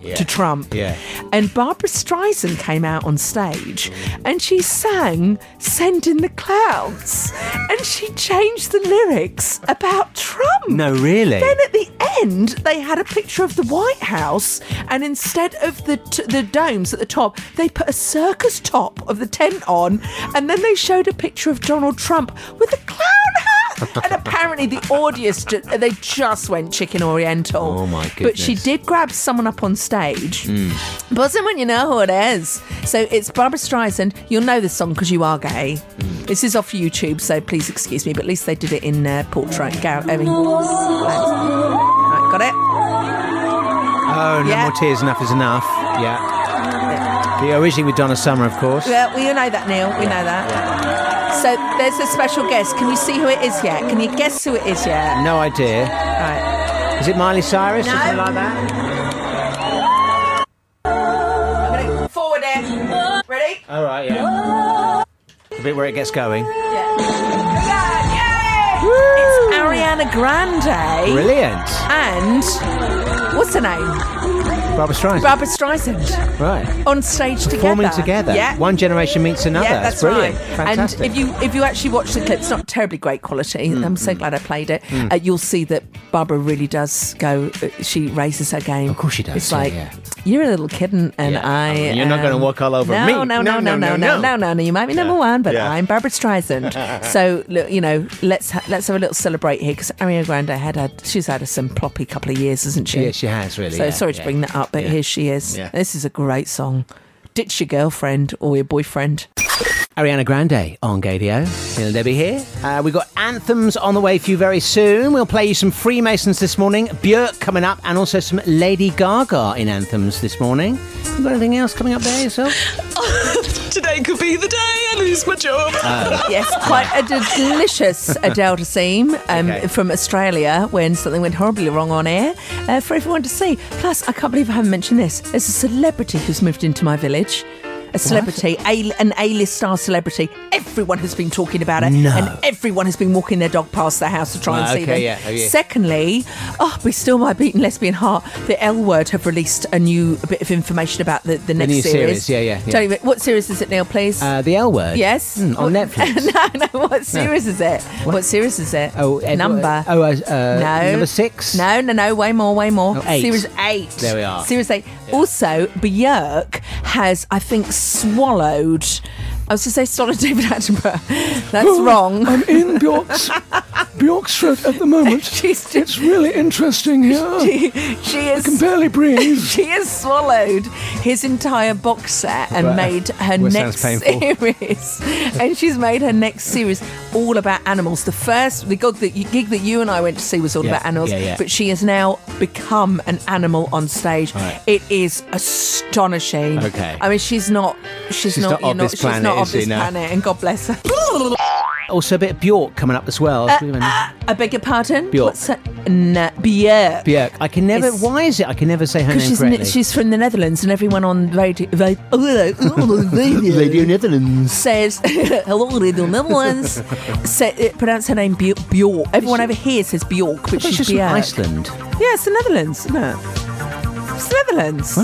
Speaker 5: Yeah.
Speaker 4: to Trump.
Speaker 5: Yeah.
Speaker 4: And Barbara Streisand came out on stage and she sang Send in the Clouds. and she changed the lyrics about Trump.
Speaker 5: No, really?
Speaker 4: Then at the end, they had a picture of the White House, and instead of the t- the domes at the top, they put a circus top of the tent on, and then they showed a picture of Donald Trump with a clown hat. and apparently, the audience ju- they just went chicken oriental.
Speaker 5: Oh, my
Speaker 4: But she
Speaker 5: goodness.
Speaker 4: did grab someone up on stage.
Speaker 5: Mm.
Speaker 4: Buzzing when you know who it is. So it's Barbara Streisand. You'll know this song because you are gay.
Speaker 5: Hmm.
Speaker 4: This is off YouTube, so please excuse me. But at least they did it in uh, portrait. Gar- I mean, right, got it.
Speaker 5: Oh, no
Speaker 4: Yeah.
Speaker 5: more tears. Enough is enough. Yeah. The originally with Donna Summer, of course.
Speaker 4: Well, we know that, Neil. We know that. So there's a special guest. Can you see who it is yet? Can you guess who it is yet?
Speaker 5: No idea. Right. Is it Miley Cyrus or
Speaker 4: No.
Speaker 5: something like that?
Speaker 4: I'm going to forward it. Ready?
Speaker 5: All right. Yeah. The bit where it gets going.
Speaker 4: It's Ariana Grande.
Speaker 5: Brilliant.
Speaker 4: And what's her name?
Speaker 5: Barbara Streisand.
Speaker 4: Barbara Streisand.
Speaker 5: right.
Speaker 4: On stage together.
Speaker 5: Forming together.
Speaker 4: Yeah.
Speaker 5: One generation meets another.
Speaker 4: Yeah, that's
Speaker 5: brilliant.
Speaker 4: right.
Speaker 5: Fantastic.
Speaker 4: And if you if you actually watch the clip, it's not terribly great quality. I'm so glad I played it.
Speaker 5: Mm.
Speaker 4: Uh, you'll see that Barbara really does go. uh, She raises her game. Of course she
Speaker 5: does,
Speaker 4: It's
Speaker 5: yeah,
Speaker 4: like
Speaker 5: yeah.
Speaker 4: you're a little kitten, and I.
Speaker 5: mean, you're not gonna
Speaker 4: am-
Speaker 5: walk all over
Speaker 4: no,
Speaker 5: me.
Speaker 4: No, no, no, no, no, no, no, no, no. You might be number one, but I'm Barbara Streisand. so look, you know, let's ha- let's have a little celebrate here because Ariana Grande had had she's had some ploppy couple of years, isn't she?
Speaker 5: Yeah, she has, really,
Speaker 4: So
Speaker 5: yeah,
Speaker 4: sorry
Speaker 5: yeah.
Speaker 4: to bring that up, but
Speaker 5: Yeah.
Speaker 4: here she is.
Speaker 5: Yeah.
Speaker 4: This is a great song. Ditch your girlfriend or your boyfriend.
Speaker 5: Ariana Grande on Gadio. Neil and Debbie here. Uh, we've got anthems on the way for you very soon. We'll play you some Freemasons this morning, Björk coming up, and also some Lady Gaga in anthems this morning. You got anything else coming up there yourself?
Speaker 4: Today could be the day I lose my job.
Speaker 5: Oh.
Speaker 4: yes, quite a delicious Adele Dazeem um,
Speaker 5: Okay.
Speaker 4: from Australia when something went horribly wrong on air uh, for everyone to see. Plus, I can't believe I haven't mentioned this. There's a celebrity who's moved into my village. A celebrity, a, an A-list star celebrity. Everyone has been talking about it,
Speaker 5: No.
Speaker 4: and everyone has been walking their dog past their house to try and
Speaker 5: Right,
Speaker 4: see
Speaker 5: okay,
Speaker 4: them.
Speaker 5: yeah, oh, yeah.
Speaker 4: Secondly, oh, we still my beaten lesbian heart. The L Word have released a new bit of information about the, the
Speaker 5: The
Speaker 4: next
Speaker 5: new series, yeah, yeah, yeah.
Speaker 4: Don't even- what series is it, Neil? Please.
Speaker 5: Uh, the L word.
Speaker 4: Yes.
Speaker 5: Hmm,
Speaker 4: What-
Speaker 5: on Netflix.
Speaker 4: no, no. What series is it? What, series is it?
Speaker 5: Oh, Ed-
Speaker 4: number.
Speaker 5: Oh, uh, uh,
Speaker 4: no.
Speaker 5: number six.
Speaker 4: No, no, no. Way more. Way more.
Speaker 5: Oh, eight.
Speaker 4: Series eight.
Speaker 5: There we are.
Speaker 4: Series eight. Also, Björk has, I think, swallowed. I was to say swallowed David Attenborough. That's wrong.
Speaker 14: I'm in Bjork's, Bjork's throat at the moment. it's really interesting here.
Speaker 4: She, she is.
Speaker 14: I can barely breathe.
Speaker 4: she has swallowed his entire box set and
Speaker 5: Well,
Speaker 4: made her
Speaker 5: well,
Speaker 4: next
Speaker 5: sounds painful.
Speaker 4: series. and she's made her next series all about animals. The first the gig that you, gig that you and I went to see was all
Speaker 5: Yeah,
Speaker 4: about animals,
Speaker 5: yeah, yeah.
Speaker 4: but she has now become an animal on stage.
Speaker 5: Right.
Speaker 4: It is astonishing.
Speaker 5: Okay.
Speaker 4: I mean, she's not. She's,
Speaker 5: She's not
Speaker 4: you're
Speaker 5: of this
Speaker 4: she's
Speaker 5: planet,
Speaker 4: not of
Speaker 5: is she?
Speaker 4: this
Speaker 5: No.
Speaker 4: planet, and God bless her.
Speaker 5: Also, a bit of Bjork coming up as well.
Speaker 4: Uh, uh, I beg your pardon.
Speaker 5: Bjork.
Speaker 4: What's her? Nah, Björk.
Speaker 5: Bjork. I can never.
Speaker 4: It's-
Speaker 5: Why is it? I can never say her name
Speaker 4: Because she's,
Speaker 5: correctly.
Speaker 4: n- she's from the Netherlands, and everyone on radio, oh, radio,
Speaker 5: Radio Netherlands.
Speaker 4: says, Hello, Radio Netherlands. Say, uh, pronounce her name Bj- Bjork. Everyone over here says Bjork, but
Speaker 5: She's
Speaker 4: she's
Speaker 5: just from
Speaker 4: Bjork.
Speaker 5: Iceland.
Speaker 4: Yeah, it's the Netherlands, isn't it? It's the Netherlands.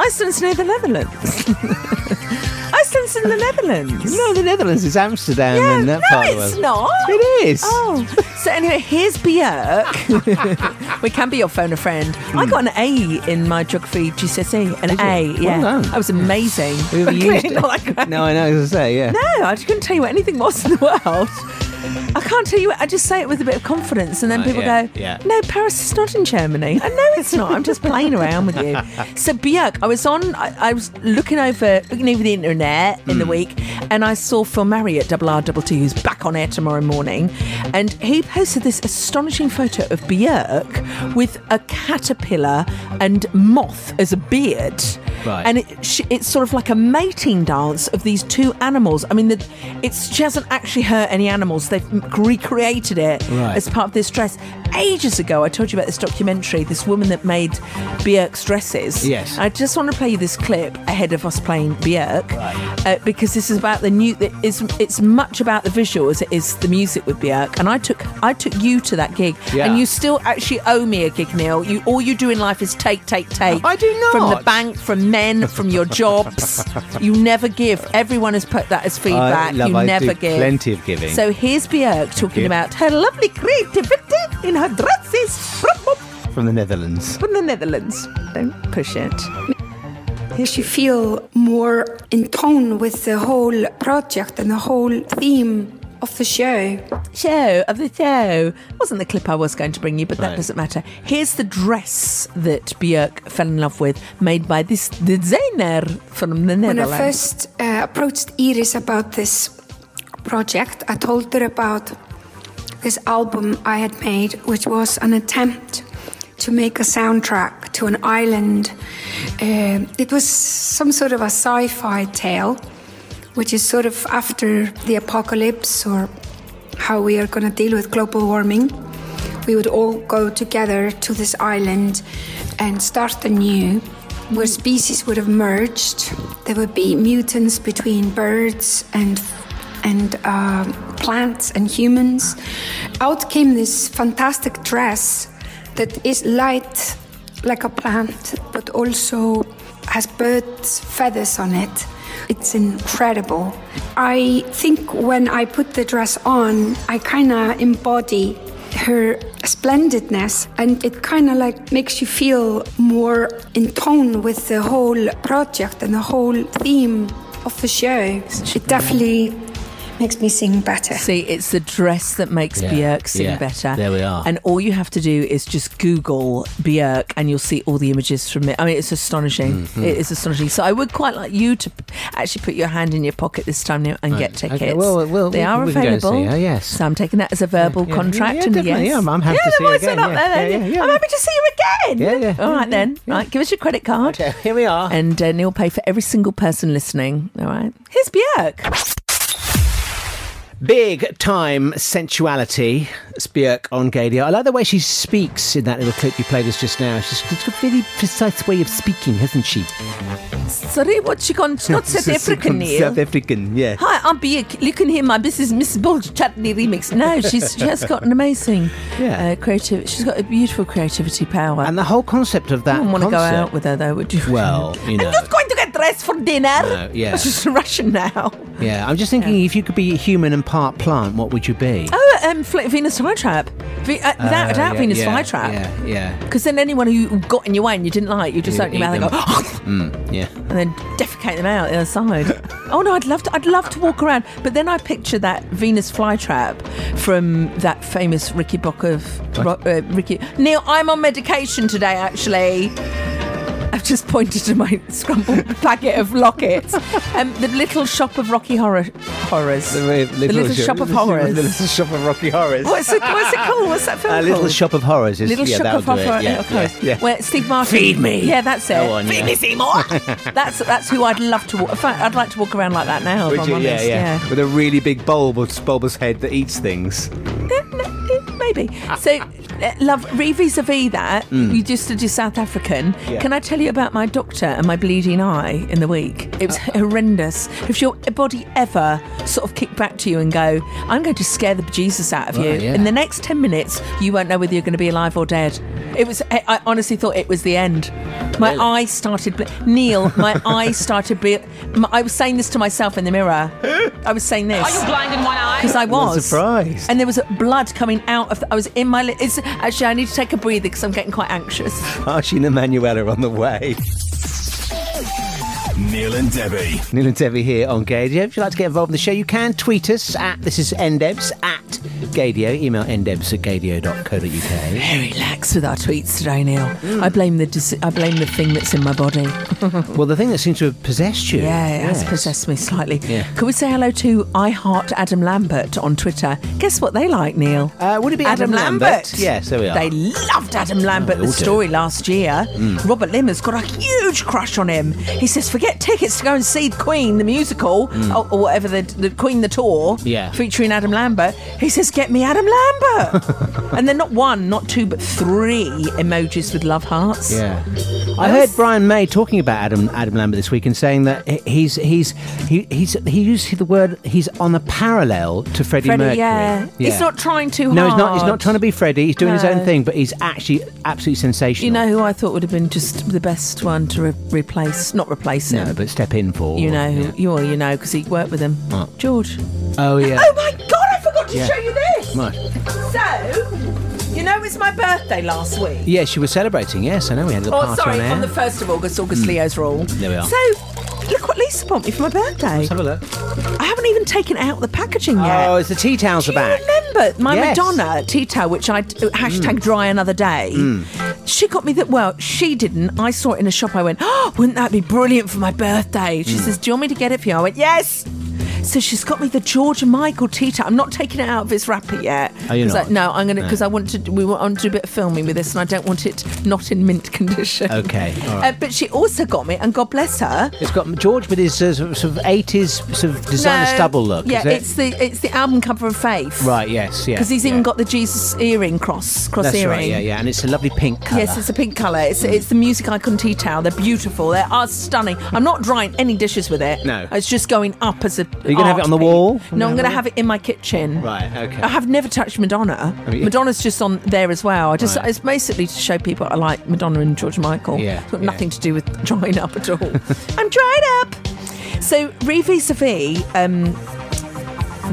Speaker 4: Iceland's near the Netherlands. Iceland's in the Netherlands.
Speaker 5: No, the Netherlands is Amsterdam
Speaker 4: Yeah,
Speaker 5: and that
Speaker 4: no,
Speaker 5: part of the
Speaker 4: it's
Speaker 5: world.
Speaker 4: not.
Speaker 5: It is.
Speaker 4: Oh, so anyway, here's Björk. we can be your phone a friend. I
Speaker 5: Hmm.
Speaker 4: got an A in my geography GCSE. E, An A, yeah. I was amazing.
Speaker 5: Who have you
Speaker 4: Clearly
Speaker 5: used it?
Speaker 4: not that great.
Speaker 5: No, I know. As I say, yeah.
Speaker 4: No, I just couldn't tell you what anything was in the world. I can't tell you. I just say it with a bit of confidence, and then
Speaker 5: Uh,
Speaker 13: Right,
Speaker 4: people
Speaker 13: yeah,
Speaker 4: go,
Speaker 13: yeah.
Speaker 4: "No, Paris is not in Germany." I know Uh, it's not. I'm just playing around with you. So Björk, I was on. I, I was looking over looking over the internet in the
Speaker 13: Mm.
Speaker 4: week, and I saw Phil Murray at Double R Double T, who's back on air tomorrow morning, and he posted this astonishing photo of Björk with a caterpillar and moth as a beard.
Speaker 13: Right.
Speaker 4: And it, sh it's sort of like a mating dance of these two animals. I mean, the, it's she hasn't actually hurt any animals. They've m- recreated it
Speaker 13: Right.
Speaker 4: as part of this dress. Ages ago, I told you about this documentary, this woman that made Björk's dresses.
Speaker 13: Yes.
Speaker 4: I just want to play you this clip ahead of us playing Björk, uh, because this is about the new. It's, it's much about the visual as it is the music with Björk. And I took I took you to that gig,
Speaker 13: Yeah.
Speaker 4: and you still actually owe me a gig, Neil. You all you do in life is take, take, take. I do not from the bank, from men, from your jobs. you never give. Everyone has put that as feedback.
Speaker 5: I love,
Speaker 4: you
Speaker 5: I
Speaker 4: never
Speaker 5: do
Speaker 4: give.
Speaker 5: plenty of giving.
Speaker 4: So here's Björk talking
Speaker 5: you.
Speaker 4: about her lovely creativity in her dresses
Speaker 5: From the Netherlands.
Speaker 4: from the Netherlands. Don't push it.
Speaker 15: You feel more in tone with the whole project and the whole theme of the show.
Speaker 4: Show of the show wasn't the clip I was going to bring you, but that
Speaker 15: Right.
Speaker 4: doesn't matter. Here's the dress that Björk fell in love with, made by this designer from the
Speaker 15: When
Speaker 4: Netherlands.
Speaker 15: I first uh, approached Iris about this project, I told her about this album I had made, which was an attempt to make a soundtrack to an island. Uh, it was some sort of a sci fi tale, which is sort of after the apocalypse or how we are going to deal with global warming. We would all go together to this island and start anew, where species would have merged. There would be mutants between birds and and uh, plants and humans. Out came this fantastic dress that is light like a plant, but also has birds' feathers on it. It's incredible. I think when I put the dress on, I kind of embody her splendidness and it kind of like makes you feel more in tone with the whole project and the whole theme of the show. It definitely makes me sing better.
Speaker 4: See, it's the dress that makes
Speaker 15: Yeah,
Speaker 4: Björk sing
Speaker 15: yeah,
Speaker 4: better.
Speaker 15: there we are.
Speaker 4: And all you have to do is just Google Björk and you'll see all the images from it. I mean, it's astonishing.
Speaker 5: Mhm.
Speaker 4: It is astonishing. So I would quite like you to p- actually put your hand in your pocket this time Neil, and get
Speaker 5: Okay,
Speaker 4: tickets.
Speaker 5: well, well, well,
Speaker 4: they
Speaker 5: we-
Speaker 4: are
Speaker 5: we can go and see
Speaker 4: available.
Speaker 5: her, yes.
Speaker 4: So I'm taking that as a verbal
Speaker 5: yeah,
Speaker 4: contract.
Speaker 5: yeah,
Speaker 4: and a
Speaker 5: definitely,
Speaker 4: yes.
Speaker 5: yeah, I'm- I'm happy to
Speaker 4: Yeah,
Speaker 5: see
Speaker 4: the
Speaker 5: her
Speaker 4: voice went
Speaker 5: again,
Speaker 4: up
Speaker 5: yeah,
Speaker 4: there then.
Speaker 5: yeah, yeah,
Speaker 4: I'm
Speaker 5: yeah.
Speaker 4: happy to see you again.
Speaker 5: Yeah, yeah,
Speaker 4: All
Speaker 5: yeah,
Speaker 4: right then.
Speaker 5: yeah.
Speaker 4: Right, give us your credit card. Okay, here we are. And uh, Neil pay for every single person listening. All right. Here's Björk.
Speaker 5: Big time sensuality. It's Björk on Gadia. I like the way she speaks in that little clip you played us just now. She's she's got a really precise way of speaking, hasn't she?
Speaker 4: Sorry, what you gone? Not South African, Neil.
Speaker 5: South African, yeah.
Speaker 4: Hi, I'm Björk. You can hear my this is Miss Bulge Chutney remix. No, she's she has got an amazing yeah. uh, creative. She's got a beautiful creativity power. And
Speaker 5: the whole concept of that.
Speaker 4: I don't want to go
Speaker 5: concert-
Speaker 4: out with her though, would you?
Speaker 5: Well, you know.
Speaker 4: Just going to get dressed for dinner.
Speaker 5: No, yeah.
Speaker 4: It's just Russian now.
Speaker 5: Yeah, I'm just thinking if you could be human and part plant, what would you be?
Speaker 4: Oh, um, Fl- Venus flytrap. Ve- uh, without
Speaker 5: Uh,
Speaker 4: a doubt,
Speaker 5: yeah,
Speaker 4: Venus
Speaker 5: yeah,
Speaker 4: flytrap.
Speaker 5: Yeah, yeah.
Speaker 4: Because then anyone who got in your way and you didn't like, you just
Speaker 5: You
Speaker 4: open your mouth
Speaker 5: eat
Speaker 4: and go, "Oh,
Speaker 5: them. Mm, yeah.
Speaker 4: and then defecate them out the other side. oh no, I'd love to. I'd love to walk around, but then I picture that Venus flytrap from that famous Ricky Bock of Ro- uh, Ricky Neil. I'm on medication today, actually. I've just pointed to my scrambled packet of lockets. Um, the little shop of Rocky Horror Horrors. The, little shop of horrors.
Speaker 5: The little shop of Rocky Horrors.
Speaker 4: What's it, what's it called? What's that film
Speaker 5: A little
Speaker 4: called?
Speaker 5: shop of horrors. Is,
Speaker 4: Little
Speaker 5: yeah,
Speaker 4: Shop
Speaker 5: that'll
Speaker 4: of
Speaker 5: do it.
Speaker 4: Horror-
Speaker 5: Yeah,
Speaker 4: of Horrors.
Speaker 5: Yeah, yeah.
Speaker 4: Where Steve Martin.
Speaker 5: Feed me.
Speaker 4: Yeah, that's it.
Speaker 5: That one, yeah.
Speaker 4: that's that's who I'd love to. Walk. In fact, I'd like to walk around like that now.
Speaker 5: Would
Speaker 4: if I'm
Speaker 5: you? Yeah,
Speaker 4: honest.
Speaker 5: yeah, With a really big bulb, with bulbous head that eats things.
Speaker 4: Maybe.
Speaker 13: Ah,
Speaker 4: So, uh, love, re vis a vis that,
Speaker 13: Hmm.
Speaker 5: Mm.
Speaker 4: you just did your South African.
Speaker 5: Yeah.
Speaker 4: Can I tell you about my doctor and my bleeding eye in the week? It was
Speaker 13: Uh.
Speaker 4: horrendous. If your body ever sort of kicked back to you and go, I'm going to scare the bejesus out of
Speaker 13: Right,
Speaker 4: you,
Speaker 13: yeah.
Speaker 4: in the next 10 minutes, you won't know whether you're going to be alive or dead. It was, I I honestly thought it was the end. My eye started, ble- Neil, my eye started, ble- my, I was saying this to myself in the mirror. I was saying this.
Speaker 13: Are you blind in one eye?
Speaker 4: Because I
Speaker 13: I'm
Speaker 4: was.
Speaker 13: surprised.
Speaker 4: And there was blood coming out of. I was in my. Li- it's, actually, I need to take a breather because I'm getting quite anxious.
Speaker 5: Archie and Emanuela on the way.
Speaker 10: Neil and Debbie.
Speaker 5: Neil and Debbie here on Gage. If you'd like to get involved in the show, you can tweet us at this is NDebs at Gadio. Email ndebs at gadio.co.uk.
Speaker 4: Very lax with our tweets today, Neil.
Speaker 13: Mm.
Speaker 4: I blame the dis- I blame the thing that's in my body.
Speaker 5: well, the thing that seems to have possessed you.
Speaker 4: Yeah, it has
Speaker 5: Yes.
Speaker 4: possessed me slightly.
Speaker 5: Yeah.
Speaker 4: Can we say hello to I Heart Adam Lambert on Twitter? Guess what they like, Neil?
Speaker 5: Uh, would it be Adam Lambert? Yes, there we are. Oh,
Speaker 4: They loved Adam Lambert,
Speaker 5: they
Speaker 4: the
Speaker 5: all do.
Speaker 4: story last year.
Speaker 5: Mm.
Speaker 4: Robert Lim has got a huge crush on him. He says, forget tickets to go and see Queen, the musical,
Speaker 5: Mm.
Speaker 4: or, or whatever, the, the Queen, the tour,
Speaker 5: Yeah.
Speaker 4: featuring Adam Lambert. He says, get me Adam Lambert. and then not one, not two, but three emojis with love hearts.
Speaker 5: Yeah. I heard Brian May talking about Adam Adam Lambert this week and saying that he- he's he's he he's, he used the word he's on a parallel to Freddie,
Speaker 4: Freddie,
Speaker 5: Mercury.
Speaker 4: yeah. He's not trying too
Speaker 5: No, he's not. He's
Speaker 4: hard.
Speaker 5: not trying to be Freddie. He's doing his
Speaker 4: No.
Speaker 5: own thing, but he's actually absolutely sensational.
Speaker 4: You know who I thought would have been just the best one to re- replace, not replace him.
Speaker 5: no, but step in for
Speaker 4: you know, who you all you know because he worked with him.
Speaker 5: What?
Speaker 4: George.
Speaker 5: Ah. Oh yeah.
Speaker 4: Oh my God! I forgot to
Speaker 5: Yeah.
Speaker 4: show you this.
Speaker 5: Right.
Speaker 4: So, you know, it's my birthday last week.
Speaker 5: Yeah, she was celebrating. Yes, I know. We had a little
Speaker 4: Oh,
Speaker 5: party
Speaker 4: sorry,
Speaker 5: on air.
Speaker 4: on the first of August, August
Speaker 5: Mm.
Speaker 4: Leo's rule.
Speaker 5: There we are.
Speaker 4: So, look what Lisa bought me for my birthday.
Speaker 5: Let's have a look.
Speaker 4: I haven't even taken it out of the packaging yet.
Speaker 5: Oh, it's the tea towels are back.
Speaker 4: Remember my
Speaker 5: Yes.
Speaker 4: Madonna tea towel, which I hashtag dry another day.
Speaker 5: Mm.
Speaker 4: She got me that. Well, she didn't. I saw it in a shop. I went, oh, wouldn't that be brilliant for my birthday? She
Speaker 5: Mm.
Speaker 4: says, do you want me to get it for you? I went, yes. So she's got me the George Michael tea towel. I'm not taking it out of its wrapper yet.
Speaker 5: Are you
Speaker 4: 'Cause I-
Speaker 5: not?
Speaker 4: no, I'm gonna
Speaker 5: No.
Speaker 4: because I want to. We want to do a bit of filming with this, and I don't want it not in mint condition.
Speaker 5: Okay, all right.
Speaker 4: Uh, but she also got me, and God bless her.
Speaker 5: It's got George with his uh, sort of- sort of eighties sort of designer
Speaker 4: No,
Speaker 5: stubble look.
Speaker 4: Yeah,
Speaker 5: is it?
Speaker 4: it's the it's the album cover of Faith.
Speaker 5: right. Yes. Yeah.
Speaker 4: Because he's
Speaker 5: yeah.
Speaker 4: even got the Jesus earring cross cross
Speaker 5: That's
Speaker 4: earring.
Speaker 5: right. Yeah. Mm. Yeah. And it's a lovely pink colour.
Speaker 4: Yes, it's a pink colour. It's, it's the music icon tea towel. They're beautiful. They are stunning. I'm not drying any dishes with it.
Speaker 5: No.
Speaker 4: It's just going up as a.
Speaker 5: Are you going to have it on the wall?
Speaker 4: No, I'm going to have it in my kitchen.
Speaker 5: Right, okay.
Speaker 4: I have never touched Madonna.
Speaker 5: Have you?
Speaker 4: Madonna's just on there as well. I just
Speaker 5: Right.
Speaker 4: it's basically to show people I like Madonna and George Michael.
Speaker 5: Yeah,
Speaker 4: It's got
Speaker 5: yeah.
Speaker 4: nothing to do with drying up at all. I'm dried up. So Revi Savi, um,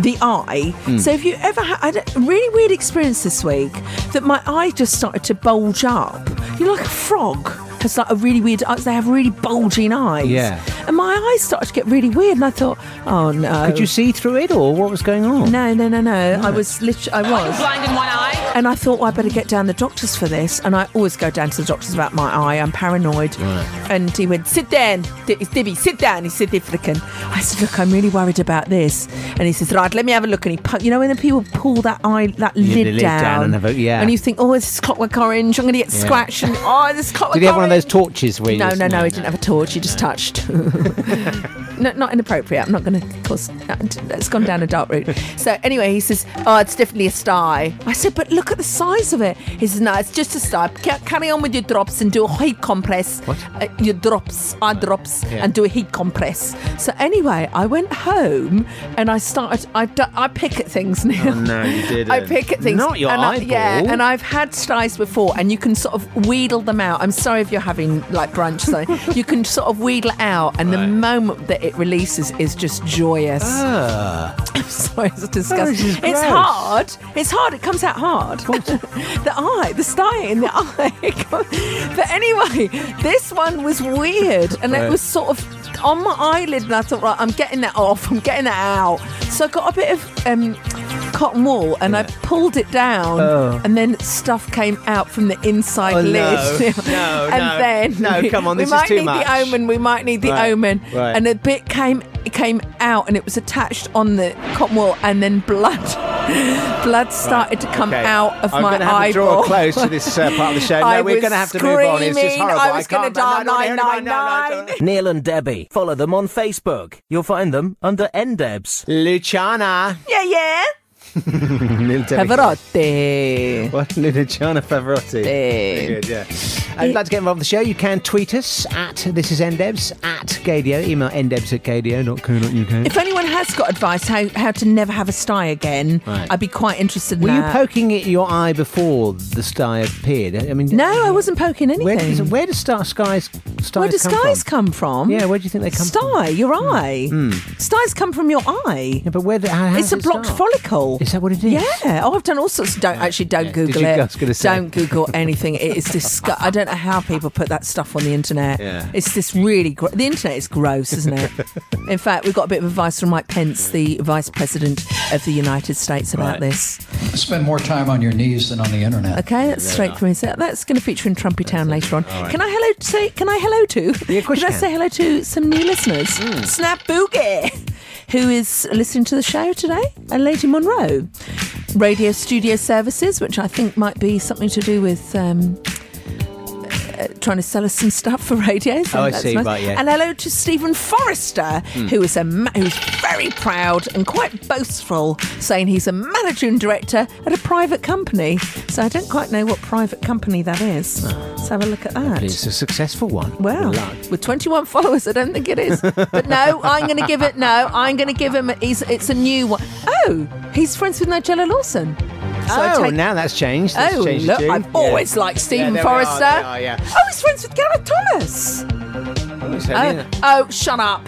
Speaker 4: the eye.
Speaker 13: Mm.
Speaker 4: So if you ever had I had a really weird experience this week that my eye just started to bulge up. You're like a frog. Has like a really weird. uh, They have really bulging eyes.
Speaker 5: Yeah.
Speaker 4: And my eyes started to get really weird, and I thought, oh no.
Speaker 5: Could you see through it, or what was going on?
Speaker 4: No, no, no, no. I was literally, I was blind in one eye. And I thought, well, I better get down the doctors for this. And I always go down to the doctors about my eye. I'm paranoid. And he went, sit down, D- it's Dibby, sit down. He's South African. I said, look, I'm really worried about this. And he says, right, let me have a look. And he, pu- you know, when the people pull that eye, that
Speaker 5: Yeah, the
Speaker 4: lid,
Speaker 5: lid down and have a- yeah.
Speaker 4: And you think, oh, this is clockwork orange. I'm going to get
Speaker 5: Yeah.
Speaker 4: scratched. And oh, this is clockwork
Speaker 5: Did he have one
Speaker 4: orange.
Speaker 5: of those torches? Where you
Speaker 4: No,
Speaker 5: just-
Speaker 4: no, no, he didn't have a torch. He just touched. no, not inappropriate. I'm not going to cause. no, It's gone down a dark route. So anyway, he says, "Oh, it's definitely a sty." I said, "But look at the size of it." He says, "No, it's just a sty. Ca- Carry on with your drops and do a heat compress.
Speaker 5: What?
Speaker 4: Uh, your drops, eye drops,
Speaker 5: Yeah.
Speaker 4: and do a heat compress." So anyway, I went home and I started. I, d- I pick at things now.
Speaker 5: Oh, no, you didn't.
Speaker 4: I pick at things.
Speaker 5: Not your
Speaker 4: and I,
Speaker 5: eyeball.
Speaker 4: yeah, and I've had styes before, and you can sort of wheedle them out. I'm sorry if you're having like brunch, so you can sort of wheedle it out, and the moment that it releases is just joyous.
Speaker 5: Ah.
Speaker 4: I'm sorry, it's
Speaker 5: Oh,
Speaker 4: disgusting.
Speaker 5: this is
Speaker 4: it's
Speaker 5: gross.
Speaker 4: hard. It's hard. It comes out hard. the eye, the sty in the eye. but anyway, this one was weird, and it
Speaker 13: Right.
Speaker 4: was sort of on my eyelid, and I thought, right, I'm getting that off. I'm getting that out. So I got a bit of. Um, Cotton wool, and I pulled it down,
Speaker 5: Oh.
Speaker 4: and then stuff came out from the inside
Speaker 5: Oh,
Speaker 4: lid.
Speaker 5: no. No,
Speaker 4: and
Speaker 5: no.
Speaker 4: then
Speaker 5: No, come on,
Speaker 4: we
Speaker 5: this is
Speaker 4: might
Speaker 5: too
Speaker 4: need
Speaker 5: much.
Speaker 4: the omen. We might need the
Speaker 5: Right,
Speaker 4: omen,
Speaker 5: right.
Speaker 4: and a bit came it came out and it was attached on the cotton wool and then blood blood started to come
Speaker 5: Okay.
Speaker 4: out of
Speaker 5: I'm
Speaker 4: my
Speaker 5: gonna have to draw
Speaker 4: eyeball.
Speaker 5: a close to this uh, part of the show. No,
Speaker 4: I
Speaker 5: we're
Speaker 4: was
Speaker 5: going to have to move on. It's just
Speaker 4: screaming,
Speaker 5: horrible.
Speaker 4: I was going
Speaker 5: can't-
Speaker 4: to die nine nine nine.
Speaker 6: Neil and Debbie. Follow them on Facebook. You'll find them under NDebs.
Speaker 5: Luciana.
Speaker 4: Yeah, yeah.
Speaker 5: Lil Debbie.
Speaker 4: Pavarotti.
Speaker 5: What? Luciana Pavarotti.
Speaker 4: Eh.
Speaker 5: Very Good, yeah. Uh, If you'd like to get involved with the show, you can tweet us at this is ndebs at gadio. Email ndebs at gadio.co.uk.
Speaker 4: If anyone has got advice how, how to never have a sty again,
Speaker 5: Right.
Speaker 4: I'd be quite interested in
Speaker 5: Were you
Speaker 4: that.
Speaker 5: poking at your eye before the sty appeared? I mean,
Speaker 4: no, I wasn't poking anything.
Speaker 5: where does, where does star skies styes
Speaker 4: Where do
Speaker 5: come
Speaker 4: styes come from?
Speaker 5: Yeah, where do you think they come
Speaker 4: Sty,
Speaker 5: from?
Speaker 4: your eye.
Speaker 5: Mm.
Speaker 4: Styes come from your eye. Yeah,
Speaker 5: but where? The, how,
Speaker 4: it's a blocked follicle. Is
Speaker 5: that what it is?
Speaker 4: Yeah. Oh, I've done all sorts. Don't actually don't
Speaker 5: Did
Speaker 4: Google
Speaker 5: you-
Speaker 4: it.
Speaker 5: I was gonna say.
Speaker 4: Don't Google anything. It is disgust. I don't know how people put that stuff on the internet.
Speaker 5: Yeah.
Speaker 4: It's this really. Gr- the internet is gross, isn't it? In fact, we got a bit of advice from Mike Pence, the Vice President of the United States, about this.
Speaker 9: Spend more time on your knees than on the internet.
Speaker 4: Okay, that's straight from his. That's going to feature in Trumpy Town later on.
Speaker 9: All right.
Speaker 4: Can I hello say? Can I hello to? Yeah,
Speaker 9: of course
Speaker 4: can
Speaker 9: you
Speaker 4: I
Speaker 9: can.
Speaker 4: say hello to some new listeners? Snap Boogie, who is listening to the show today, and Lady Monroe, Radio Studio Services, which I think might be something to do with. Um, uh, Trying to sell us some stuff for radio. so
Speaker 5: Oh, I
Speaker 4: that's
Speaker 5: see,
Speaker 4: nice.
Speaker 5: right, yeah.
Speaker 4: And hello to Stephen Forrester,
Speaker 5: Hmm.
Speaker 4: who is a ma- who's very proud and quite boastful, saying he's a manager and director at a private company. So I don't quite know what private company that is. Let's have a look at that.
Speaker 5: It's a successful one.
Speaker 4: Wow.
Speaker 5: Oh, Good luck.
Speaker 4: With 21 followers, I don't think it is. But no, I'm going to give it. No, I'm going to give him. He's, it's a new one. Oh, he's friends with Nigella Lawson. So I
Speaker 5: oh,
Speaker 4: take-
Speaker 5: now that's changed. That's
Speaker 4: oh,
Speaker 5: changed the
Speaker 4: look,
Speaker 5: tune.
Speaker 4: I've
Speaker 5: Yeah.
Speaker 4: always liked Stephen
Speaker 5: there we are,
Speaker 4: Forrester.
Speaker 5: there we are, yeah.
Speaker 4: Oh, he's friends with Gareth Thomas. Oh, oh, shut up.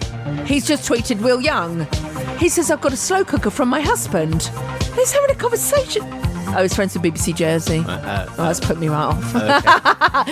Speaker 4: He's just tweeted Will Young. He says, I've got a slow cooker from my husband. He's having a conversation. Oh, he's friends with BBC Jersey. oh, that's put me right off.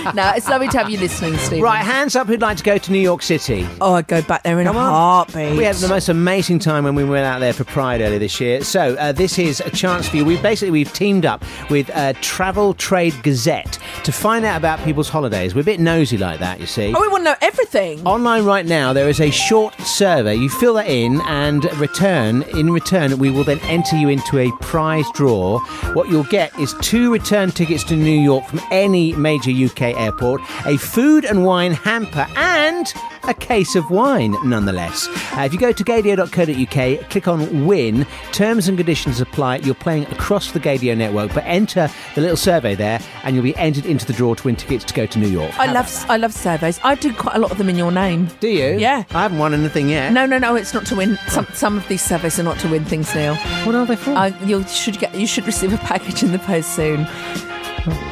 Speaker 4: no, it's lovely to have you listening, Steve.
Speaker 5: Right, hands up who'd like to go to New York City.
Speaker 4: Oh, I'd go back there in
Speaker 5: Come
Speaker 4: a
Speaker 5: on.
Speaker 4: heartbeat.
Speaker 5: We had the most amazing time when we went out there for Pride earlier this year. So uh, this is a chance for you. We've basically we've teamed up with uh, Travel Trade Gazette to find out about people's holidays. We're a bit nosy like that, you see.
Speaker 4: Oh, we want to know everything.
Speaker 5: Online right now, there is a short survey. You fill that in and return. In return, we will then enter you into a prize draw. What you'll get is two return tickets to New York from any major UK airport, a food and wine hamper, and a case of wine, nonetheless. Uh, if you go to gadio.co.uk, click on win, terms and conditions apply. You're playing across the Gadio network, but enter the little survey there, and you'll be entered into the draw to win tickets to go to New York.
Speaker 4: I love I love surveys. I do quite a lot of them in your name.
Speaker 5: Do you?
Speaker 4: Yeah.
Speaker 5: I haven't won anything yet.
Speaker 4: No, no, no. It's not to win. Some some of these surveys are not to win things, Neil.
Speaker 5: What are they for?
Speaker 4: Uh, you should get. You should receive a package in the post soon.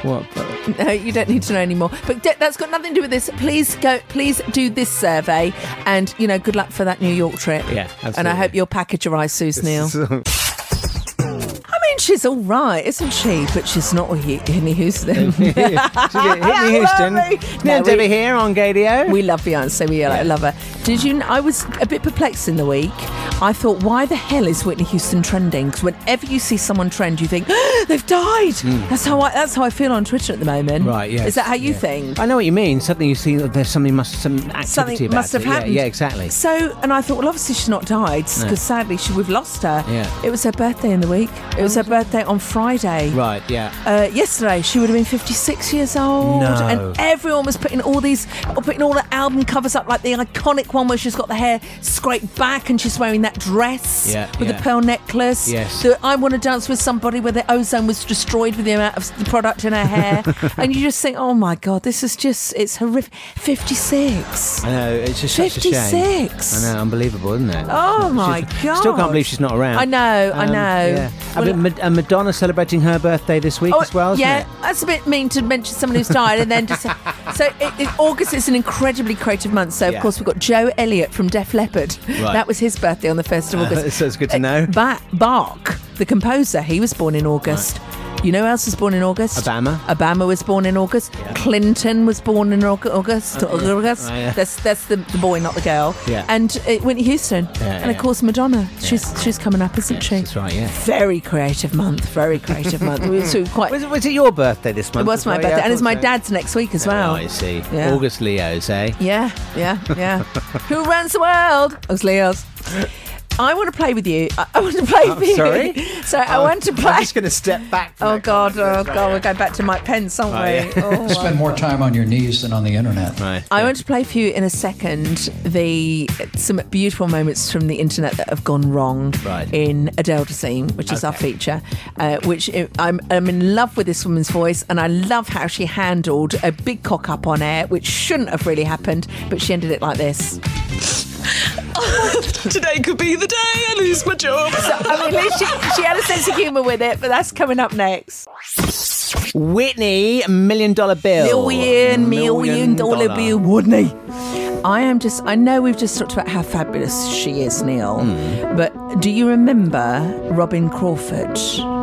Speaker 5: What?
Speaker 4: No, you don't need to know anymore. But d- that's got nothing to do with this. Please go. Please do this survey, and you know, good luck for that New York trip.
Speaker 5: Yeah,
Speaker 4: And I
Speaker 5: absolutely.
Speaker 4: hope your package arrives, Suze Neil. I mean, she's all right, isn't she? But she's not a Hu- Whitney Houston.
Speaker 5: Whitney Houston. Now Debbie here on Gadio.
Speaker 4: We love Beyonce. We I love her. Did you? kn- I was a bit perplexed in the week. I thought, why the hell is Whitney Houston trending? Because whenever you see someone trend, you think they've died.
Speaker 5: Mm.
Speaker 4: That's how I. That's how I feel on Twitter at the moment.
Speaker 5: Right, yes,
Speaker 4: Is that how you
Speaker 5: yeah.
Speaker 4: think?
Speaker 5: I know what you mean. Suddenly you see that there's something must some activity
Speaker 4: Something
Speaker 5: about
Speaker 4: must have
Speaker 5: it. Yeah,
Speaker 4: happened.
Speaker 5: Yeah, exactly.
Speaker 4: So, and I thought, well, obviously she's not died because
Speaker 5: No.
Speaker 4: sadly she, we've lost her.
Speaker 5: Yeah. Oh.
Speaker 4: It was her birthday in the week. It was her birthday on Friday.
Speaker 5: Right, yeah.
Speaker 4: Uh, yesterday, she would have been 56 years old,
Speaker 5: No.
Speaker 4: and everyone was putting all these, putting all the album covers up, like the iconic one where she's got the hair scraped back and she's wearing that dress
Speaker 5: Yeah,
Speaker 4: with
Speaker 5: yeah.
Speaker 4: the pearl necklace.
Speaker 5: Yes.
Speaker 4: The I want to dance with somebody where the ozone was destroyed with the amount of the product in her hair, and you just think, oh my god, this is just—it's horrific. 56.
Speaker 5: I know, it's just such a shame.
Speaker 4: 56.
Speaker 5: I know, unbelievable, isn't it?
Speaker 4: Oh my god!
Speaker 5: Still can't believe she's not around.
Speaker 4: I know, I
Speaker 5: Um,
Speaker 4: know.
Speaker 5: Yeah. I
Speaker 4: Well,
Speaker 5: mean, Ma- and Madonna celebrating her birthday this week as well, isn't
Speaker 4: Oh, yeah,
Speaker 5: it?
Speaker 4: that's a bit mean to mention someone who's died and then just so it, it- August is an incredibly creative month. So of
Speaker 5: Yeah.
Speaker 4: course we've got Joe Elliott from Def Leppard.
Speaker 5: Right.
Speaker 4: That was his birthday on the first of
Speaker 5: Uh,
Speaker 4: August.
Speaker 5: so it's good to know.
Speaker 4: Ba- Bach, the composer, he was born in August. You know who else was born in August?
Speaker 5: Obama.
Speaker 4: Obama was born in August. Clinton was born in Aug- August.
Speaker 5: Oh, yeah.
Speaker 4: August.
Speaker 5: Oh, yeah.
Speaker 4: That's that's the, the boy, not the girl.
Speaker 5: Yeah.
Speaker 4: And uh, Whitney Houston.
Speaker 5: Yeah,
Speaker 4: and of
Speaker 5: yeah.
Speaker 4: course Madonna. She's she's coming up, isn't she?
Speaker 5: That's right, yeah.
Speaker 4: Very creative month. Very creative month. We- so quite.
Speaker 5: Was, it- was it your birthday this
Speaker 4: It
Speaker 5: month?
Speaker 4: was
Speaker 5: as
Speaker 4: my
Speaker 5: well? Yeah,
Speaker 4: birthday,
Speaker 5: I
Speaker 4: and it's
Speaker 5: thought
Speaker 4: my
Speaker 5: so.
Speaker 4: dad's next week as well.
Speaker 5: Oh, I see.
Speaker 4: Yeah.
Speaker 5: August Leos, eh?
Speaker 4: Yeah, yeah, yeah. Who runs the world? It was Leo's. I want to play with you. I, I want to play
Speaker 5: Oh,
Speaker 4: with you.
Speaker 5: sorry?
Speaker 4: Sorry, I
Speaker 5: Oh,
Speaker 4: want to
Speaker 5: I'm
Speaker 4: play.
Speaker 5: just gonna step back
Speaker 4: Oh God! Oh God! We're going back to Mike Pence, aren't we? Oh,
Speaker 9: Spend more time on your knees than on the internet.
Speaker 5: Right.
Speaker 4: I want to play for you in a second the some beautiful moments from the internet that have gone wrong in Adele Dazeem, which is our feature. Uh, which i- I'm, I'm in love with this woman's voice, and I love how she handled a big cock up on air, which shouldn't have really happened, but she ended it like this.
Speaker 13: Today could be the day I lose my job.
Speaker 4: I mean, at least she, she had a sense of humour with it, but that's coming up next.
Speaker 5: Whitney, million dollar bill.
Speaker 4: Million, million dollar bill, Whitney. I am just, I know we've just talked about how fabulous she is, Neil, but do you remember Robin Crawford?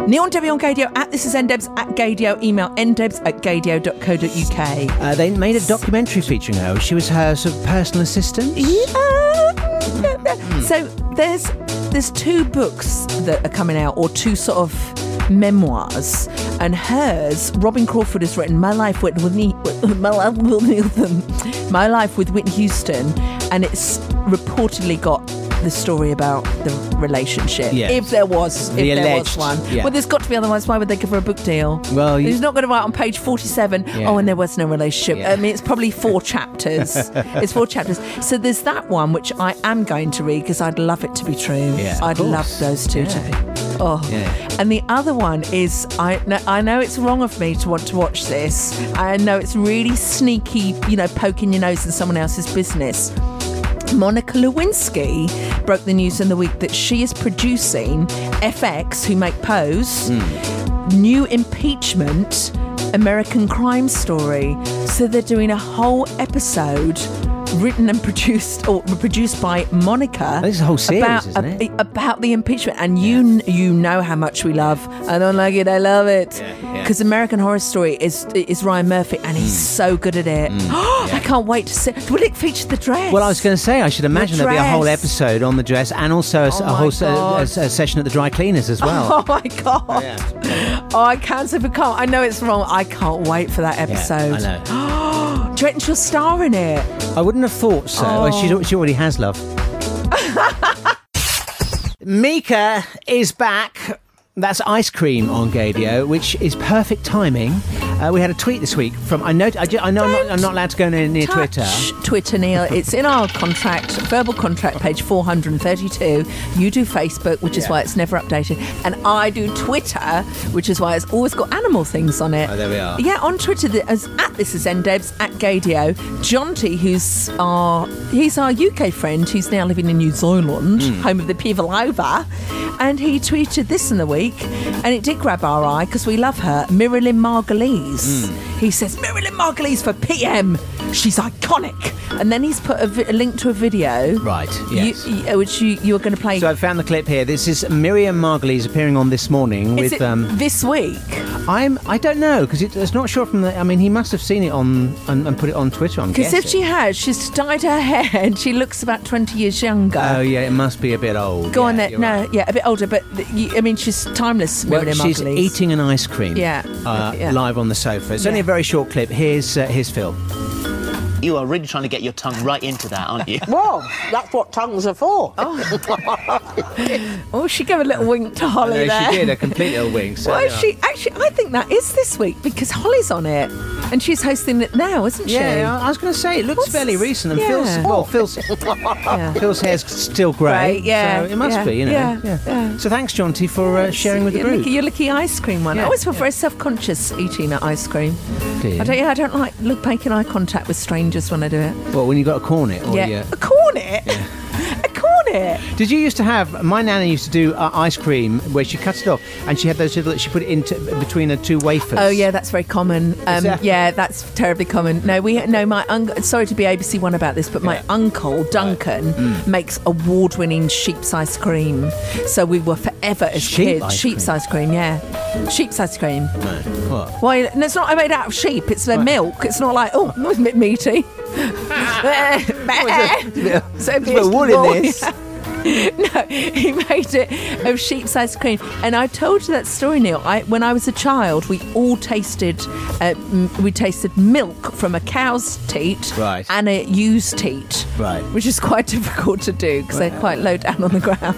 Speaker 4: Neil and Debbie on Gadio at this is ndebs at gadio, email ndebs at gadio.co.uk.
Speaker 5: Uh, they made a documentary featuring her. She was her sort of personal assistant.
Speaker 4: So there's there's two books that are coming out, or two sort of memoirs, and hers. Robin Crawford has written "My Life with Whitney, My Life with Houston," "My Life with Whitney Houston," and it's reportedly got the story about the relationship.
Speaker 5: Yes.
Speaker 4: If there was, if
Speaker 5: The
Speaker 4: there
Speaker 5: alleged,
Speaker 4: was one.
Speaker 5: yeah.
Speaker 4: Well, there's got to be. Otherwise, why would they give her a book deal?
Speaker 5: Well, you-
Speaker 4: he's not going to write on page 47.
Speaker 5: Yeah.
Speaker 4: Oh, and there was no relationship. I mean, it's probably four chapters. It's four chapters. So there's that one which I am going to read because I'd love it to be true.
Speaker 5: Yeah, of
Speaker 4: I'd
Speaker 5: course.
Speaker 4: love those two to
Speaker 5: Yeah.
Speaker 4: be. Oh,
Speaker 5: Yeah.
Speaker 4: and the other one is I kn- I know it's wrong of me to want to watch this. I know it's really sneaky, you know, poking your nose in someone else's business. Monica Lewinsky broke the news in the week that she is producing FX, who make Pose, new impeachment American crime story. So they're doing a whole episode written and produced or produced by Monica.
Speaker 5: This is a whole series,
Speaker 4: about,
Speaker 5: isn't it?
Speaker 4: about the impeachment, and you you know how much we love. I don't like it. I love it
Speaker 5: yeah. Mm.
Speaker 4: because American Horror Story is is Ryan Murphy, and he's so good at it. I can't wait to see. Will it feature the dress?
Speaker 5: Well, I was going to say, I should imagine there'll be a whole
Speaker 4: dress. Oh
Speaker 5: episode on the dress and also a, s- a whole se- a,
Speaker 4: God.
Speaker 5: s- a session at the dry cleaners as well.
Speaker 4: Oh my god! Oh, I can't say we can't. I know it's wrong. I can't wait for that episode.
Speaker 5: I
Speaker 4: know. Do you reckon she'll star in it?
Speaker 5: I wouldn't have thought so. Well, she's
Speaker 4: Oh.
Speaker 5: al- she already has love. Mika is back. That's ice cream on Gadio, which is perfect timing. Uh, we had a tweet this week from I know I, ju- I know I'm not, I'm not allowed to go near, near
Speaker 4: Touch
Speaker 5: Twitter.
Speaker 4: Twitter, Neil. It's in our contract, verbal contract, page 432. You do Facebook, which is why it's never updated. And I do Twitter, which is why it's always got animal things on it.
Speaker 5: Oh, there we are.
Speaker 4: Yeah, on Twitter, the- as at this is ndebs, at Gadio. Jonty, who's our, he's our UK friend who's now living in New Zealand,
Speaker 5: Hmm.
Speaker 10: Mm.
Speaker 4: home of the Pivalova. And he tweeted this in the week, and it did grab our eye because we love her, Miralyn
Speaker 10: Mm.
Speaker 4: Margulies.
Speaker 5: Hmm.
Speaker 4: He says, Marilyn Margulies for PM. She's iconic. And then he's put a, vi- a link to a video.
Speaker 5: Right.
Speaker 4: You-
Speaker 5: Yes.
Speaker 4: you- which you, you were going to play.
Speaker 5: So I found the clip here. This is Miriam Margolyes appearing on this morning
Speaker 4: Is it
Speaker 5: with um,
Speaker 4: this week?
Speaker 5: I'm. I don't know because it, it's not sure from the. I mean, he must have seen it on and, and put it on Twitter. I'm
Speaker 4: Because
Speaker 5: guessing.
Speaker 4: if she has, she's dyed her hair and she looks about 20 years younger.
Speaker 5: oh yeah, it must be a bit old.
Speaker 4: Go
Speaker 5: yeah,
Speaker 4: on there.
Speaker 5: you're
Speaker 4: No,
Speaker 5: right.
Speaker 4: yeah, a bit older, but th- you, I mean, she's timeless,
Speaker 5: Well,
Speaker 4: Marilyn
Speaker 5: she's
Speaker 4: Margulies.
Speaker 5: eating an ice cream.
Speaker 4: Yeah.
Speaker 5: Uh,
Speaker 4: Yeah.
Speaker 5: Live on the sofa. It's only a very short clip. Here's uh, here's Phil.
Speaker 16: You are really trying to get your tongue right into that, aren't you?
Speaker 17: Well, that's what tongues are for.
Speaker 4: Oh, she gave a little wink to Holly
Speaker 5: no,
Speaker 4: there.
Speaker 5: she did a complete little wing. So
Speaker 4: Why is
Speaker 5: yeah.
Speaker 4: she? Actually, I think that is this week because Holly's on it and she's hosting it now, isn't she?
Speaker 5: Yeah, yeah, I was going to say it looks fairly recent, and Phil's well, Phil's Phil's hair's still grey.
Speaker 4: Right, yeah,
Speaker 5: so it must
Speaker 4: yeah,
Speaker 5: be, you know.
Speaker 4: yeah,
Speaker 5: So thanks, Jaunty, for uh, sharing with the
Speaker 4: your
Speaker 5: group.
Speaker 4: licky, your licky ice cream one. I always feel very self-conscious eating an ice cream.
Speaker 5: Do you?
Speaker 4: I don't. Yeah, I don't like look making eye contact with strangers when I do it.
Speaker 5: Well, when you got a cornet, or
Speaker 4: yeah.
Speaker 5: you-
Speaker 4: a cornet, a cornet.
Speaker 5: Did you used to have? My nana used to do uh, ice cream where she cut it off and she had those little. She put it into between her two wafers.
Speaker 4: Oh yeah, that's very common. Um,
Speaker 5: that-
Speaker 4: yeah, that's terribly common. No, we no. My un- sorry to be ABC One about this, but my uncle Duncan
Speaker 5: Mm.
Speaker 4: makes award-winning sheep's ice cream. So we were forever as
Speaker 5: Sheep
Speaker 4: kids
Speaker 5: ice
Speaker 4: sheep's ice cream. Yeah, sheep's ice cream.
Speaker 5: No. What?
Speaker 4: Why? No, it's not made out of sheep. It's their milk. It's not like oh, it's a bit meaty. so
Speaker 5: There's a bit of wool in this.
Speaker 4: no, he made it of sheep's ice cream. And I told you that story, Neil. I, when I was a child, we all tasted, uh, m- we tasted milk from a cow's teat
Speaker 5: Right.
Speaker 4: and a ewe's teat.
Speaker 5: Right.
Speaker 4: Which is quite difficult to do because they're quite low down on the ground.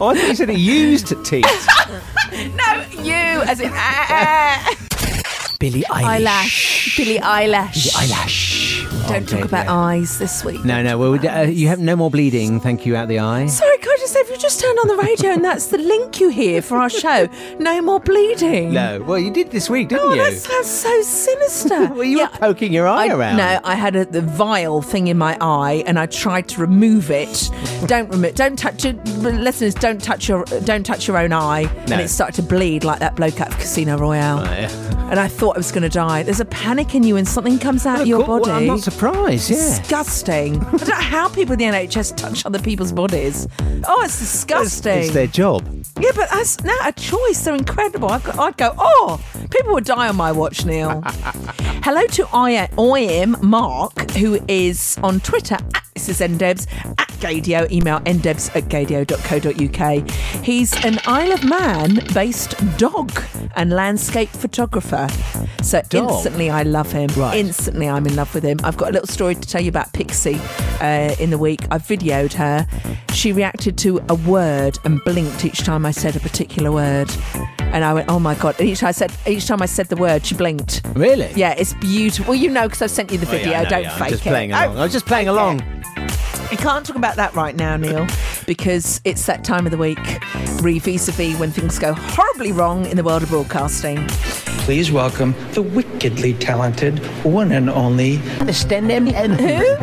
Speaker 5: Oh, I thought you said it used teeth.
Speaker 4: no, you, as in, ah, ah.
Speaker 5: Billy
Speaker 4: eyelash. Billy eyelash.
Speaker 5: Billie eyelash.
Speaker 4: Don't
Speaker 5: Oh,
Speaker 4: talk about eyes this week.
Speaker 5: No, no. Well, uh, you have no more bleeding. Thank you. Out the eye.
Speaker 4: Sorry, can I just say, if you just turned on the radio and that's the link you hear for our show, no more bleeding.
Speaker 5: No. Well, you did this week, didn't
Speaker 4: Oh,
Speaker 5: you?
Speaker 4: that sounds so sinister. well,
Speaker 5: you were poking your eye around.
Speaker 4: No, I had a, the vile thing in my eye, and I tried to remove it. don't remove. Don't touch. Your, listeners, don't touch your. Don't touch your own eye.
Speaker 10: No.
Speaker 4: And it started to bleed like that bloke out of Casino Royale.
Speaker 5: Oh, yeah.
Speaker 4: And I thought I was going to die. There's a panic in you, and something comes out of your
Speaker 5: Cool.
Speaker 4: body.
Speaker 5: Well, I'm not surprised surprise, yeah.
Speaker 4: Disgusting. I don't know how people in the NHS touch other people's bodies. Oh, it's disgusting.
Speaker 5: It's their job.
Speaker 4: yeah, but that's now a choice. They're incredible. I'd go, I'd go, oh, people would die on my watch, Neil. Hello to I, I am Mark, who is on Twitter at this is ndebs at gadio. Email ndebs at gadio.co.uk. He's an Isle of Man based dog and landscape photographer. So
Speaker 5: Dog?
Speaker 4: instantly I love him.
Speaker 5: Right.
Speaker 4: Instantly I'm in love with him. I've got a little story to tell you about Pixie uh, in the week. I videoed her. She reacted to a word and blinked each time I said a particular word. And I went, oh my god! And each time I said, each time I said the word, she blinked.
Speaker 5: Really?
Speaker 4: Yeah, it's beautiful. Well, you know, because I've sent you the
Speaker 5: Oh, yeah,
Speaker 4: video.
Speaker 5: I know,
Speaker 4: Don't
Speaker 5: yeah, I'm
Speaker 4: fake
Speaker 5: just
Speaker 4: it.
Speaker 5: playing
Speaker 4: Oh,
Speaker 5: along. I was just playing along.
Speaker 4: we can't talk about that right now, Neil, because it's that time of the week, re vis a vis, when things go horribly wrong in the world of broadcasting.
Speaker 10: Please welcome the wickedly talented one and only.
Speaker 4: Understand them? Who?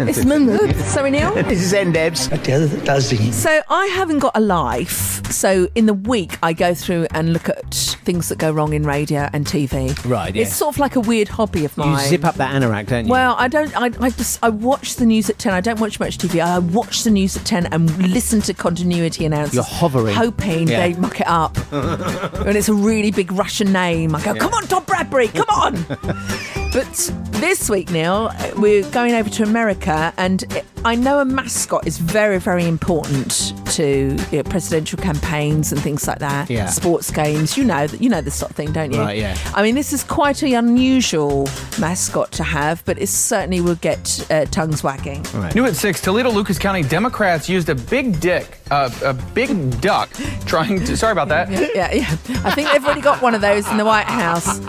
Speaker 4: It's Mungo. Sorry, Neil.
Speaker 10: This is Endebs. Adele Dazzy.
Speaker 4: So I haven't got a life. So in the week, I go through and look at things that go wrong in radio and TV.
Speaker 5: Right, yeah.
Speaker 4: It's sort of like a weird hobby of
Speaker 5: You
Speaker 4: mine.
Speaker 5: zip up that anorak, don't you?
Speaker 4: Well, I don't. I, I just I watch the news at ten. I don't watch much TV. I watch the news at ten and listen to continuity announcers.
Speaker 5: You're hovering.
Speaker 4: hoping
Speaker 5: Yeah.
Speaker 4: they muck it up. and it's a really big Russian name. I go,
Speaker 5: Yeah.
Speaker 4: come on, Tom Bradbury, come on. but this week, Neil, we're going over to America, and I know a mascot is very, very important to you know, presidential campaigns and things like that.
Speaker 5: Yeah.
Speaker 4: Sports games, you know, you know this sort of thing, don't you?
Speaker 5: Right, yeah.
Speaker 4: I mean, this is quite an unusual mascot to have, but it certainly will get uh, tongues wagging.
Speaker 18: New at six, Toledo Lucas County Democrats used a big dick, uh, a big duck, trying to. Sorry about that.
Speaker 4: Yeah, yeah, yeah. I think they've already got one of those in the White House.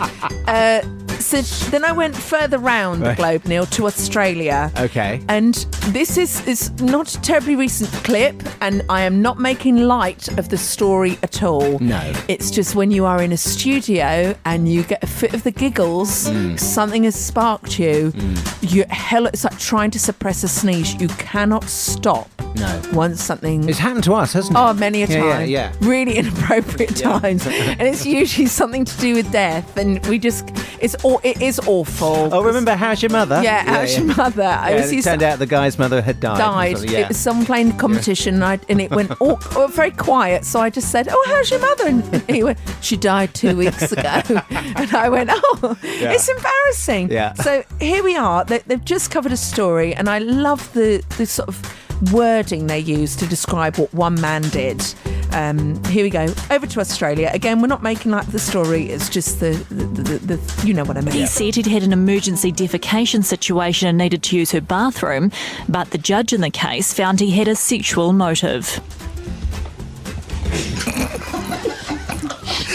Speaker 4: Uh, so then I went further round the
Speaker 5: Right.
Speaker 4: globe, Neil, to Australia.
Speaker 5: Okay.
Speaker 4: And this is is not a terribly recent clip, and I am not making light of the story at all.
Speaker 5: No.
Speaker 4: It's just when you are in a studio and you get a fit of the giggles,
Speaker 5: Mm.
Speaker 4: something has sparked you.
Speaker 5: Hmm.
Speaker 4: You hell, it's like trying to suppress a sneeze. You cannot stop.
Speaker 5: No.
Speaker 4: Once something.
Speaker 5: It's happened to us, hasn't it?
Speaker 4: Oh, many a
Speaker 5: Yeah, yeah,
Speaker 4: time.
Speaker 5: yeah.
Speaker 4: Really inappropriate
Speaker 5: Yeah.
Speaker 4: times, and it's usually something to do with death. And we just, it's all, it is awful.
Speaker 5: Oh, remember How's Your Mother?
Speaker 4: Yeah, how's your mother? I
Speaker 5: Yeah,
Speaker 4: was
Speaker 5: it
Speaker 4: used to-
Speaker 5: turned out the guy's mother had died. or
Speaker 4: died.
Speaker 5: something, Yeah.
Speaker 4: It was some playing competition, and, I, and it went all, all very quiet. So I just said, "Oh, how's your mother?" And he went, "She died two weeks ago." and I went, "Oh,
Speaker 5: Yeah.
Speaker 4: it's embarrassing."
Speaker 5: Yeah.
Speaker 4: So here we are. They, they've just covered a story, and I love the the sort of wording they use to describe what one man did. Um, here we go. Over to Australia again. We're not making like the story. It's just the the, the, the you know what I mean.
Speaker 19: He said he'd had an emergency defecation situation and needed to use her bathroom, but the judge in the case found he had a sexual motive.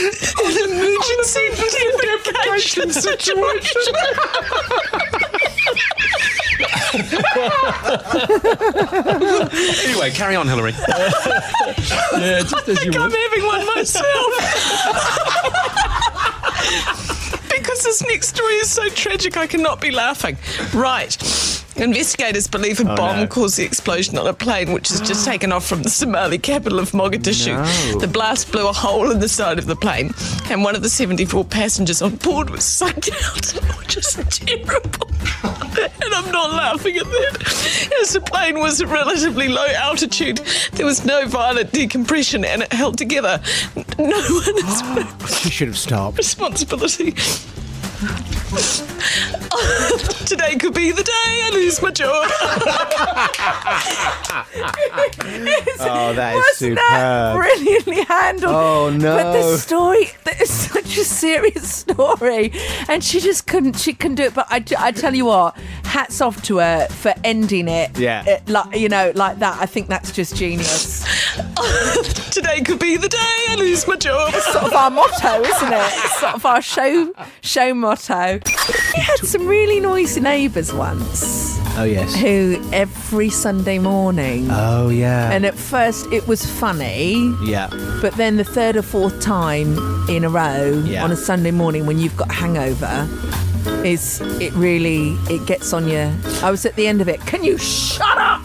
Speaker 13: An emergency defecation situation.
Speaker 20: anyway, carry on, Hillary.
Speaker 13: yeah, just as you I'm having one myself. because this next story is so tragic, I cannot be laughing. Right. Investigators believe a
Speaker 21: Oh,
Speaker 13: bomb
Speaker 21: no.
Speaker 13: caused the explosion on a plane which has just taken off from the Somali capital of Mogadishu.
Speaker 21: No.
Speaker 5: Oh.
Speaker 13: The blast blew a hole in the side of the plane, and one of the 74 passengers on board was sucked out, which is terrible. and I'm not laughing at that. As the plane was at relatively low altitude, there was no violent decompression and it held together. N- No one is
Speaker 5: She should have stopped.
Speaker 13: responsibility. Today could be the day I lose my job.
Speaker 5: Oh, that is
Speaker 4: Wasn't
Speaker 5: superb.
Speaker 4: that brilliantly handled?
Speaker 5: Oh, no.
Speaker 4: But the story, that is such a serious story, and she just couldn't. She couldn't do it. But I, I tell you what, hats off to her for ending it.
Speaker 13: Yeah.
Speaker 4: uh, like you know, like that. I think that's just genius.
Speaker 13: Today could be the day I lose my job.
Speaker 4: It's sort of our motto, isn't it? It's sort of our show show motto. We had some really noisy neighbours once.
Speaker 5: Oh, yes.
Speaker 4: Who every Sunday morning.
Speaker 5: Oh, yeah.
Speaker 4: And at first it was funny.
Speaker 5: yeah.
Speaker 4: But then the third or fourth time in a row on a Sunday morning when you've got a hangover is it really it gets on you. I was at the end of it. Can you shut up?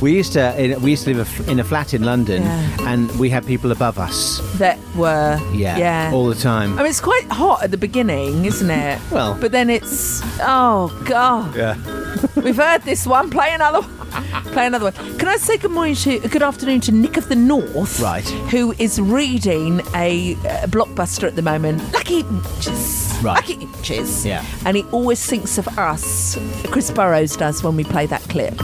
Speaker 5: we used to in, we used to live a f- in a flat in London,
Speaker 4: Yeah.
Speaker 5: and we had people above us.
Speaker 4: that were
Speaker 5: Yeah,
Speaker 4: yeah
Speaker 5: all the time.
Speaker 4: I mean, it's quite hot at the beginning, isn't it?
Speaker 5: Well-
Speaker 4: but then it's oh god.
Speaker 5: yeah.
Speaker 4: We've heard this one. Play another. One. Play another one. Can I say good morning to, good afternoon to Nick of the North,
Speaker 5: Right.
Speaker 4: Who is reading a, uh blockbuster at the moment, Lucky Inches.
Speaker 5: Right.
Speaker 4: Lucky Inches.
Speaker 5: Yeah.
Speaker 4: And he always thinks of us. Chris Burrows does when we play that clip.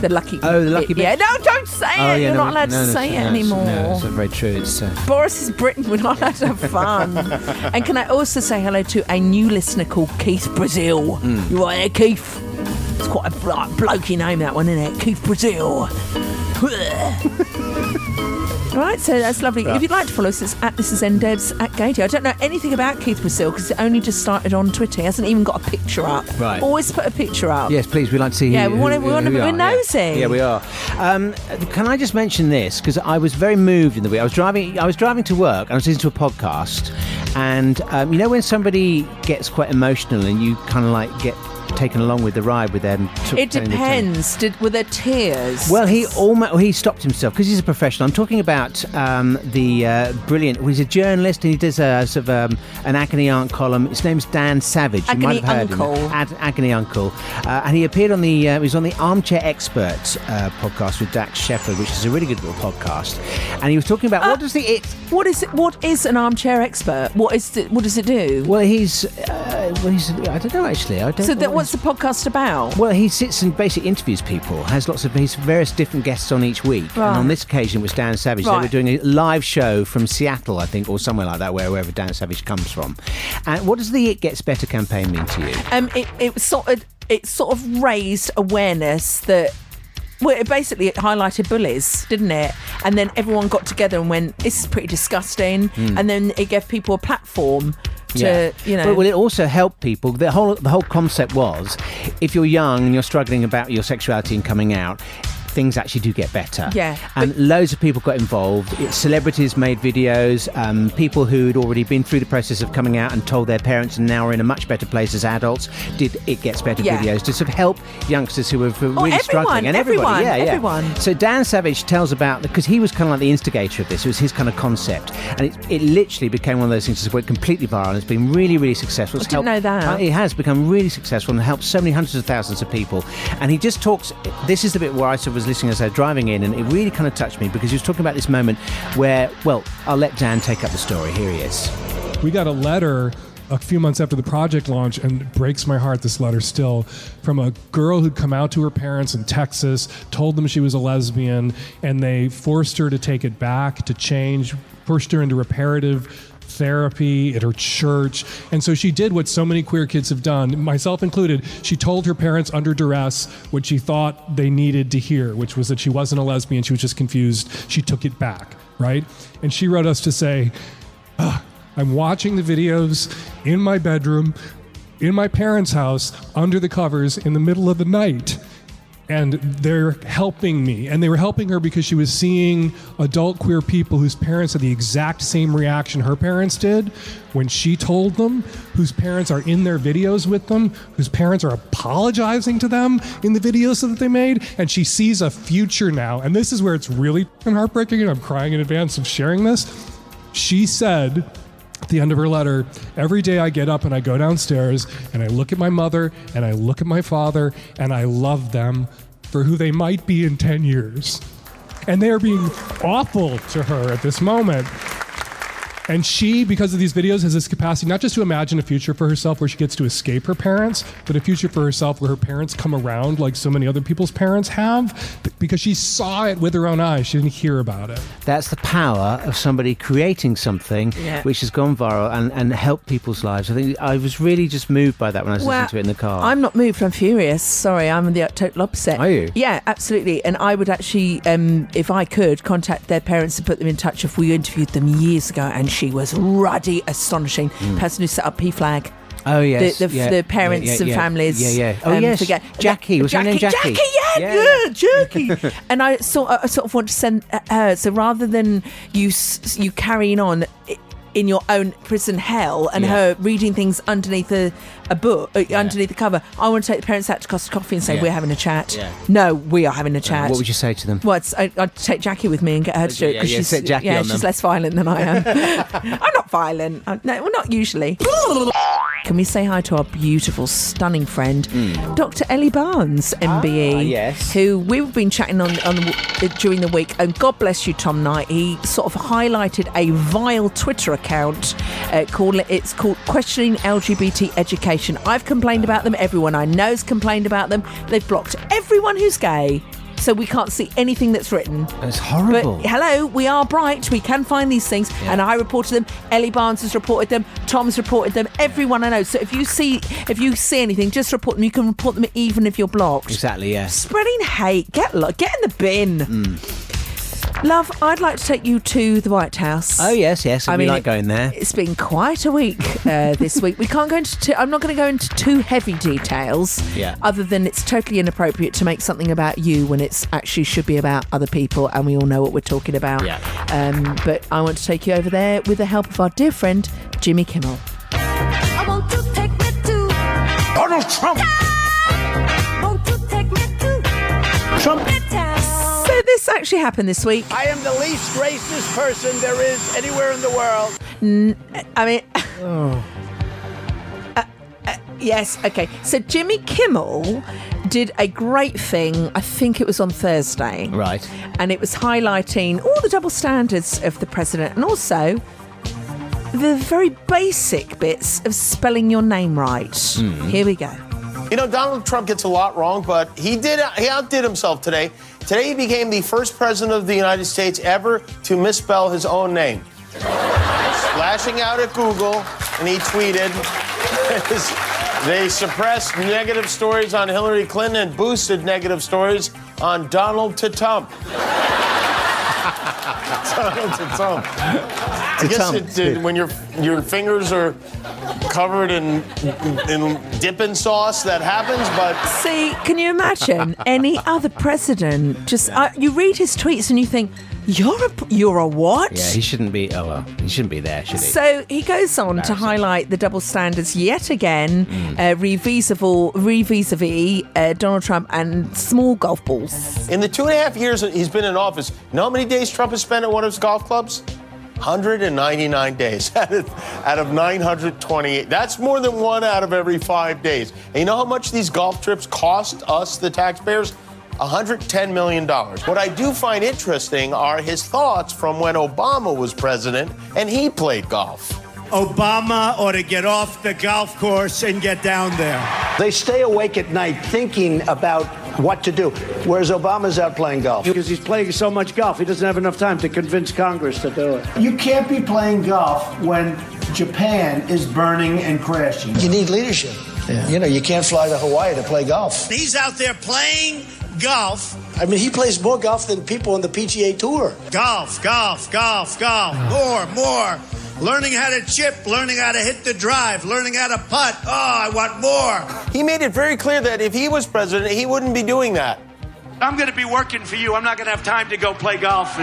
Speaker 4: The lucky.
Speaker 5: Oh, the lucky
Speaker 4: Yeah.
Speaker 5: bit.
Speaker 4: No, don't say
Speaker 5: Oh,
Speaker 4: it.
Speaker 5: yeah,
Speaker 4: You're
Speaker 5: no,
Speaker 4: not allowed
Speaker 5: no,
Speaker 4: to
Speaker 5: no,
Speaker 4: say
Speaker 5: no,
Speaker 4: it
Speaker 5: it's-
Speaker 4: anymore.
Speaker 5: No, it's not very true. It's, uh,
Speaker 4: Boris is Britain. We're not allowed to have fun. and can I also say hello to a new listener called Keith Brazil?
Speaker 5: Mm.
Speaker 4: You right there, Keith? It's quite a blo- blokey name, that one, isn't it? Keith Brazil. Right, so that's lovely.
Speaker 5: Right.
Speaker 4: If you'd like to follow us, it's at this is ndebs at Gadio. I don't know anything about Keith Brazil because it only just started on Twitter. He hasn't even got a picture up.
Speaker 5: Right.
Speaker 4: Always put a picture up.
Speaker 5: Yes, please. We'd like to see.
Speaker 4: Yeah,
Speaker 5: who,
Speaker 4: we wanna-
Speaker 5: who-
Speaker 4: we wanna-
Speaker 5: who
Speaker 4: we're
Speaker 5: are, yeah.
Speaker 4: nosy.
Speaker 5: Yeah, we are. Um, can I just mention this because I was very moved in the week. I was driving. I was driving to work. and I was listening to a podcast, and um, you know when somebody gets quite emotional and you kind of like get taken along with the ride with them. t-
Speaker 4: It
Speaker 5: telling the tale.
Speaker 4: depends. Did, were there tears?
Speaker 5: Well, he almost he stopped himself because he's a professional. I'm talking about um, the uh, brilliant. Well, he's a journalist and he does a sort of um, an agony aunt column. His name's Dan Savage. you might
Speaker 4: Agony
Speaker 5: have heard
Speaker 4: Uncle.
Speaker 5: Him. Ad- agony uncle, uh, and he appeared on the uh, he was on the Armchair Expert uh, podcast with Dax Shepard, which is a really good little podcast. And he was talking
Speaker 4: Uh.
Speaker 5: about what does the it
Speaker 4: what is it? What is an armchair expert? What is the, what does it do?
Speaker 5: Well, he's uh, well, he's I don't know actually. I don't.
Speaker 4: So
Speaker 5: know
Speaker 4: that
Speaker 5: what
Speaker 4: what's the podcast about?
Speaker 5: Well, he sits and basically interviews people, has lots of his various different guests on each week.
Speaker 4: Right.
Speaker 5: And on this occasion, it was Dan Savage. They were
Speaker 4: Right.
Speaker 5: doing a live show from Seattle, I think, or somewhere like that, where wherever Dan Savage comes from. And what does the It Gets Better campaign mean to you?
Speaker 4: Um, it it was sort of it sort of raised awareness that. Well, it basically it highlighted bullies, didn't it? And then everyone got together and went, "This is pretty disgusting."
Speaker 5: Mm.
Speaker 4: And then it gave people a platform to, you know.
Speaker 5: Well, well, it also helped people. The whole the whole concept was, if you're young and you're struggling about your sexuality and coming out. Things actually do get better.
Speaker 4: Yeah,
Speaker 5: and loads of people got involved. It, celebrities made videos. Um, people who'd already been through the process of coming out and told their parents and now are in a much better place as adults did it gets better
Speaker 4: Yeah.
Speaker 5: videos to sort of help youngsters who were really
Speaker 4: everyone,
Speaker 5: struggling and everybody,
Speaker 4: everyone,
Speaker 5: yeah, yeah.
Speaker 4: everyone.
Speaker 5: So Dan Savage tells about because he was kind of like the instigator of this. It was his kind of concept, and it, it literally became one of those things that went completely viral. It's been really, really successful. It's
Speaker 4: I didn't know that.
Speaker 5: Uh, It has become really successful and helped so many hundreds of thousands of people. And he just talks. This is the bit where I sort of was listening as I was driving in, and it really kind of touched me because he was talking about this moment where, well, I'll let Dan take up the story. Here he is.
Speaker 20: We got a letter a few months after the project launch, and it breaks my heart, this letter still, from a girl who'd come out to her parents in Texas, told them she was a lesbian, and they forced her to take it back, to change, pushed her into reparative therapy at her church. And so she did what so many queer kids have done, myself included. She told her parents under duress what she thought they needed to hear, which was that she wasn't a lesbian, she was just confused. She took it back, right? And she wrote us to say, "Ah, I'm watching the videos in my bedroom, in my parents' house, under the covers, in the middle of the night. And they're helping me. And they were helping her because she was seeing adult queer people whose parents had the exact same reaction her parents did when she told them, whose parents are in their videos with them, whose parents are apologizing to them in the videos that they made. And she sees a future now. And this is where it's really f***ing heartbreaking. And I'm crying in advance of sharing this. She said at the end of her letter, every day I get up and I go downstairs and I look at my mother and I look at my father and I love them for who they might be in 10 years. And they are being awful to her at this moment. And she, because of these videos, has this capacity not just to imagine a future for herself where she gets to escape her parents, but a future for herself where her parents come around like so many other people's parents have, because she saw it with her own eyes. She didn't hear about it.
Speaker 5: That's the power of somebody creating something
Speaker 4: Yeah.
Speaker 5: which has gone viral and, and helped people's lives. I think I was really just moved by that when I was
Speaker 4: Well,
Speaker 5: listening to it in the car.
Speaker 4: I'm not moved. I'm furious. Sorry, I'm the total opposite.
Speaker 5: Are you?
Speaker 4: Yeah, absolutely. And I would actually, um, if I could, contact their parents and put them in touch. If we interviewed them years ago, and she was ruddy, astonishing.
Speaker 16: Hmm.
Speaker 5: Mm.
Speaker 4: Person who set up P flag.
Speaker 5: Oh yes,
Speaker 4: the, the,
Speaker 5: yeah,
Speaker 4: the parents
Speaker 5: yeah, yeah,
Speaker 4: and
Speaker 5: yeah,
Speaker 4: families.
Speaker 5: Yeah, yeah. Oh
Speaker 4: um,
Speaker 5: yes,
Speaker 4: forget-
Speaker 5: Jackie. Was her
Speaker 4: Jackie,
Speaker 5: name Jackie?
Speaker 4: Jackie, yeah, yeah, Jackie. and
Speaker 3: uh,
Speaker 4: I sort, I sort of want to send her. So rather than you s- you carrying on, it,
Speaker 3: in your own prison hell and
Speaker 22: Yeah.
Speaker 3: her reading things underneath a, a book, uh, underneath the cover. I want to take the parents out to Costa Coffee and say,
Speaker 5: Yeah.
Speaker 3: We're having a chat.
Speaker 5: Yeah.
Speaker 3: No, we are having a chat.
Speaker 5: what would you say to them?
Speaker 3: Well, it's, I, I'd take Jackie with me and get her to do it
Speaker 5: Yeah,
Speaker 3: because
Speaker 5: yeah,
Speaker 3: she's,
Speaker 5: set Jackie
Speaker 3: yeah,
Speaker 5: on
Speaker 3: she's
Speaker 5: them.
Speaker 3: less violent than I am. I'm not violent. I, no, well, not usually. Can we say hi to our beautiful, stunning friend,
Speaker 5: Hmm.
Speaker 3: Dr. Ellie Barnes,
Speaker 5: Ah,
Speaker 3: MBE? yes. Who we've been chatting on, on uh, during the week. And God bless you, Tom Knight. He sort of highlighted a vile Twitter account. Uh, called, it's called Questioning LGBT Education. I've complained about them. Everyone I know's complained about them. They've blocked everyone who's gay. So we can't see anything that's written.
Speaker 5: That's horrible.
Speaker 3: But hello, we are bright. We can find these things. And I reported them. Ellie Barnes has reported them. Tom's reported them. Everyone I know. So if you see if you see anything, just report them. You can report them even if you're blocked.
Speaker 5: Exactly, yeah.
Speaker 3: Spreading hate. Get lo- get in the bin. Love, I'd like to take you to the White House.
Speaker 5: Mm. Oh, yes, yes.
Speaker 3: I
Speaker 5: we
Speaker 3: mean,
Speaker 5: like going there.
Speaker 3: It's been quite a week uh, this week. We can't go into. Too, I'm not going to go into too heavy details.
Speaker 5: Yeah.
Speaker 3: Other than it's totally inappropriate to make something about you when it's actually should be about other people, and we all know what we're talking about.
Speaker 5: Yeah.
Speaker 3: Um, but I want to take you over there with the help of our dear friend Jimmy Kimmel.
Speaker 23: I want to take me to Donald Trump. Want to take me to Trump.
Speaker 3: So this actually happened this week.
Speaker 4: I am the least racist person there is anywhere in the world.
Speaker 3: N- I mean.
Speaker 5: Oh.
Speaker 3: Uh, uh, Yes, okay. So Jimmy Kimmel did a great thing, I think it was on Thursday.
Speaker 5: Right.
Speaker 3: And it was highlighting all the double standards of the president and also the very basic bits of spelling your name right.
Speaker 20: Mm.
Speaker 3: Here we go.
Speaker 20: You know, Donald Trump gets a lot wrong, but he did he outdid himself today. Today he became the first president of the United States ever to misspell his own name. Lashing out at Google, and he tweeted, "They suppressed negative stories on Hillary Clinton and boosted negative stories on Donald to Trump." Donald to Trump. I
Speaker 5: To
Speaker 20: guess
Speaker 5: Trump.
Speaker 20: it, did when your your fingers are covered in in dipping sauce, that happens. But
Speaker 3: See, can you imagine any other president just uh, you read his tweets and you think you're a you're a what?
Speaker 5: Yeah, he shouldn't be. Oh well, he shouldn't be there, should he?
Speaker 3: So he goes on to highlight the double standards yet again,
Speaker 5: Mm.
Speaker 3: uh, re-vis-a-vis, re-vis-a-vis uh, Donald Trump and small golf balls.
Speaker 20: in the two and a half years that he's been in office, you know how many days Trump has spent at one of his golf clubs? 199 days out of, out of 928. That's more than one out of every five days. And you know how much these golf trips cost us, the taxpayers? $110 million. What I do find interesting are his thoughts from when Obama was president and he played golf.
Speaker 24: Obama ought to get off the golf course and get down there.
Speaker 4: They stay awake at night thinking about what to do, whereas Obama's out playing golf because he's playing so much golf, he doesn't have enough time to convince Congress to do it. You can't be playing golf when Japan is burning and crashing. You need leadership. You know, you can't fly to Hawaii to play golf.
Speaker 24: He's out there playing golf.
Speaker 4: I mean, he plays more golf than people on the PGA Tour.
Speaker 24: Golf, golf, golf, golf. More, more. Learning how to chip, learning how to hit the drive, learning how to putt. Oh, I want more.
Speaker 20: He made it very clear that if he was president, he wouldn't be doing that.
Speaker 4: I'm going to be working for you. I'm not going to have time to go play golf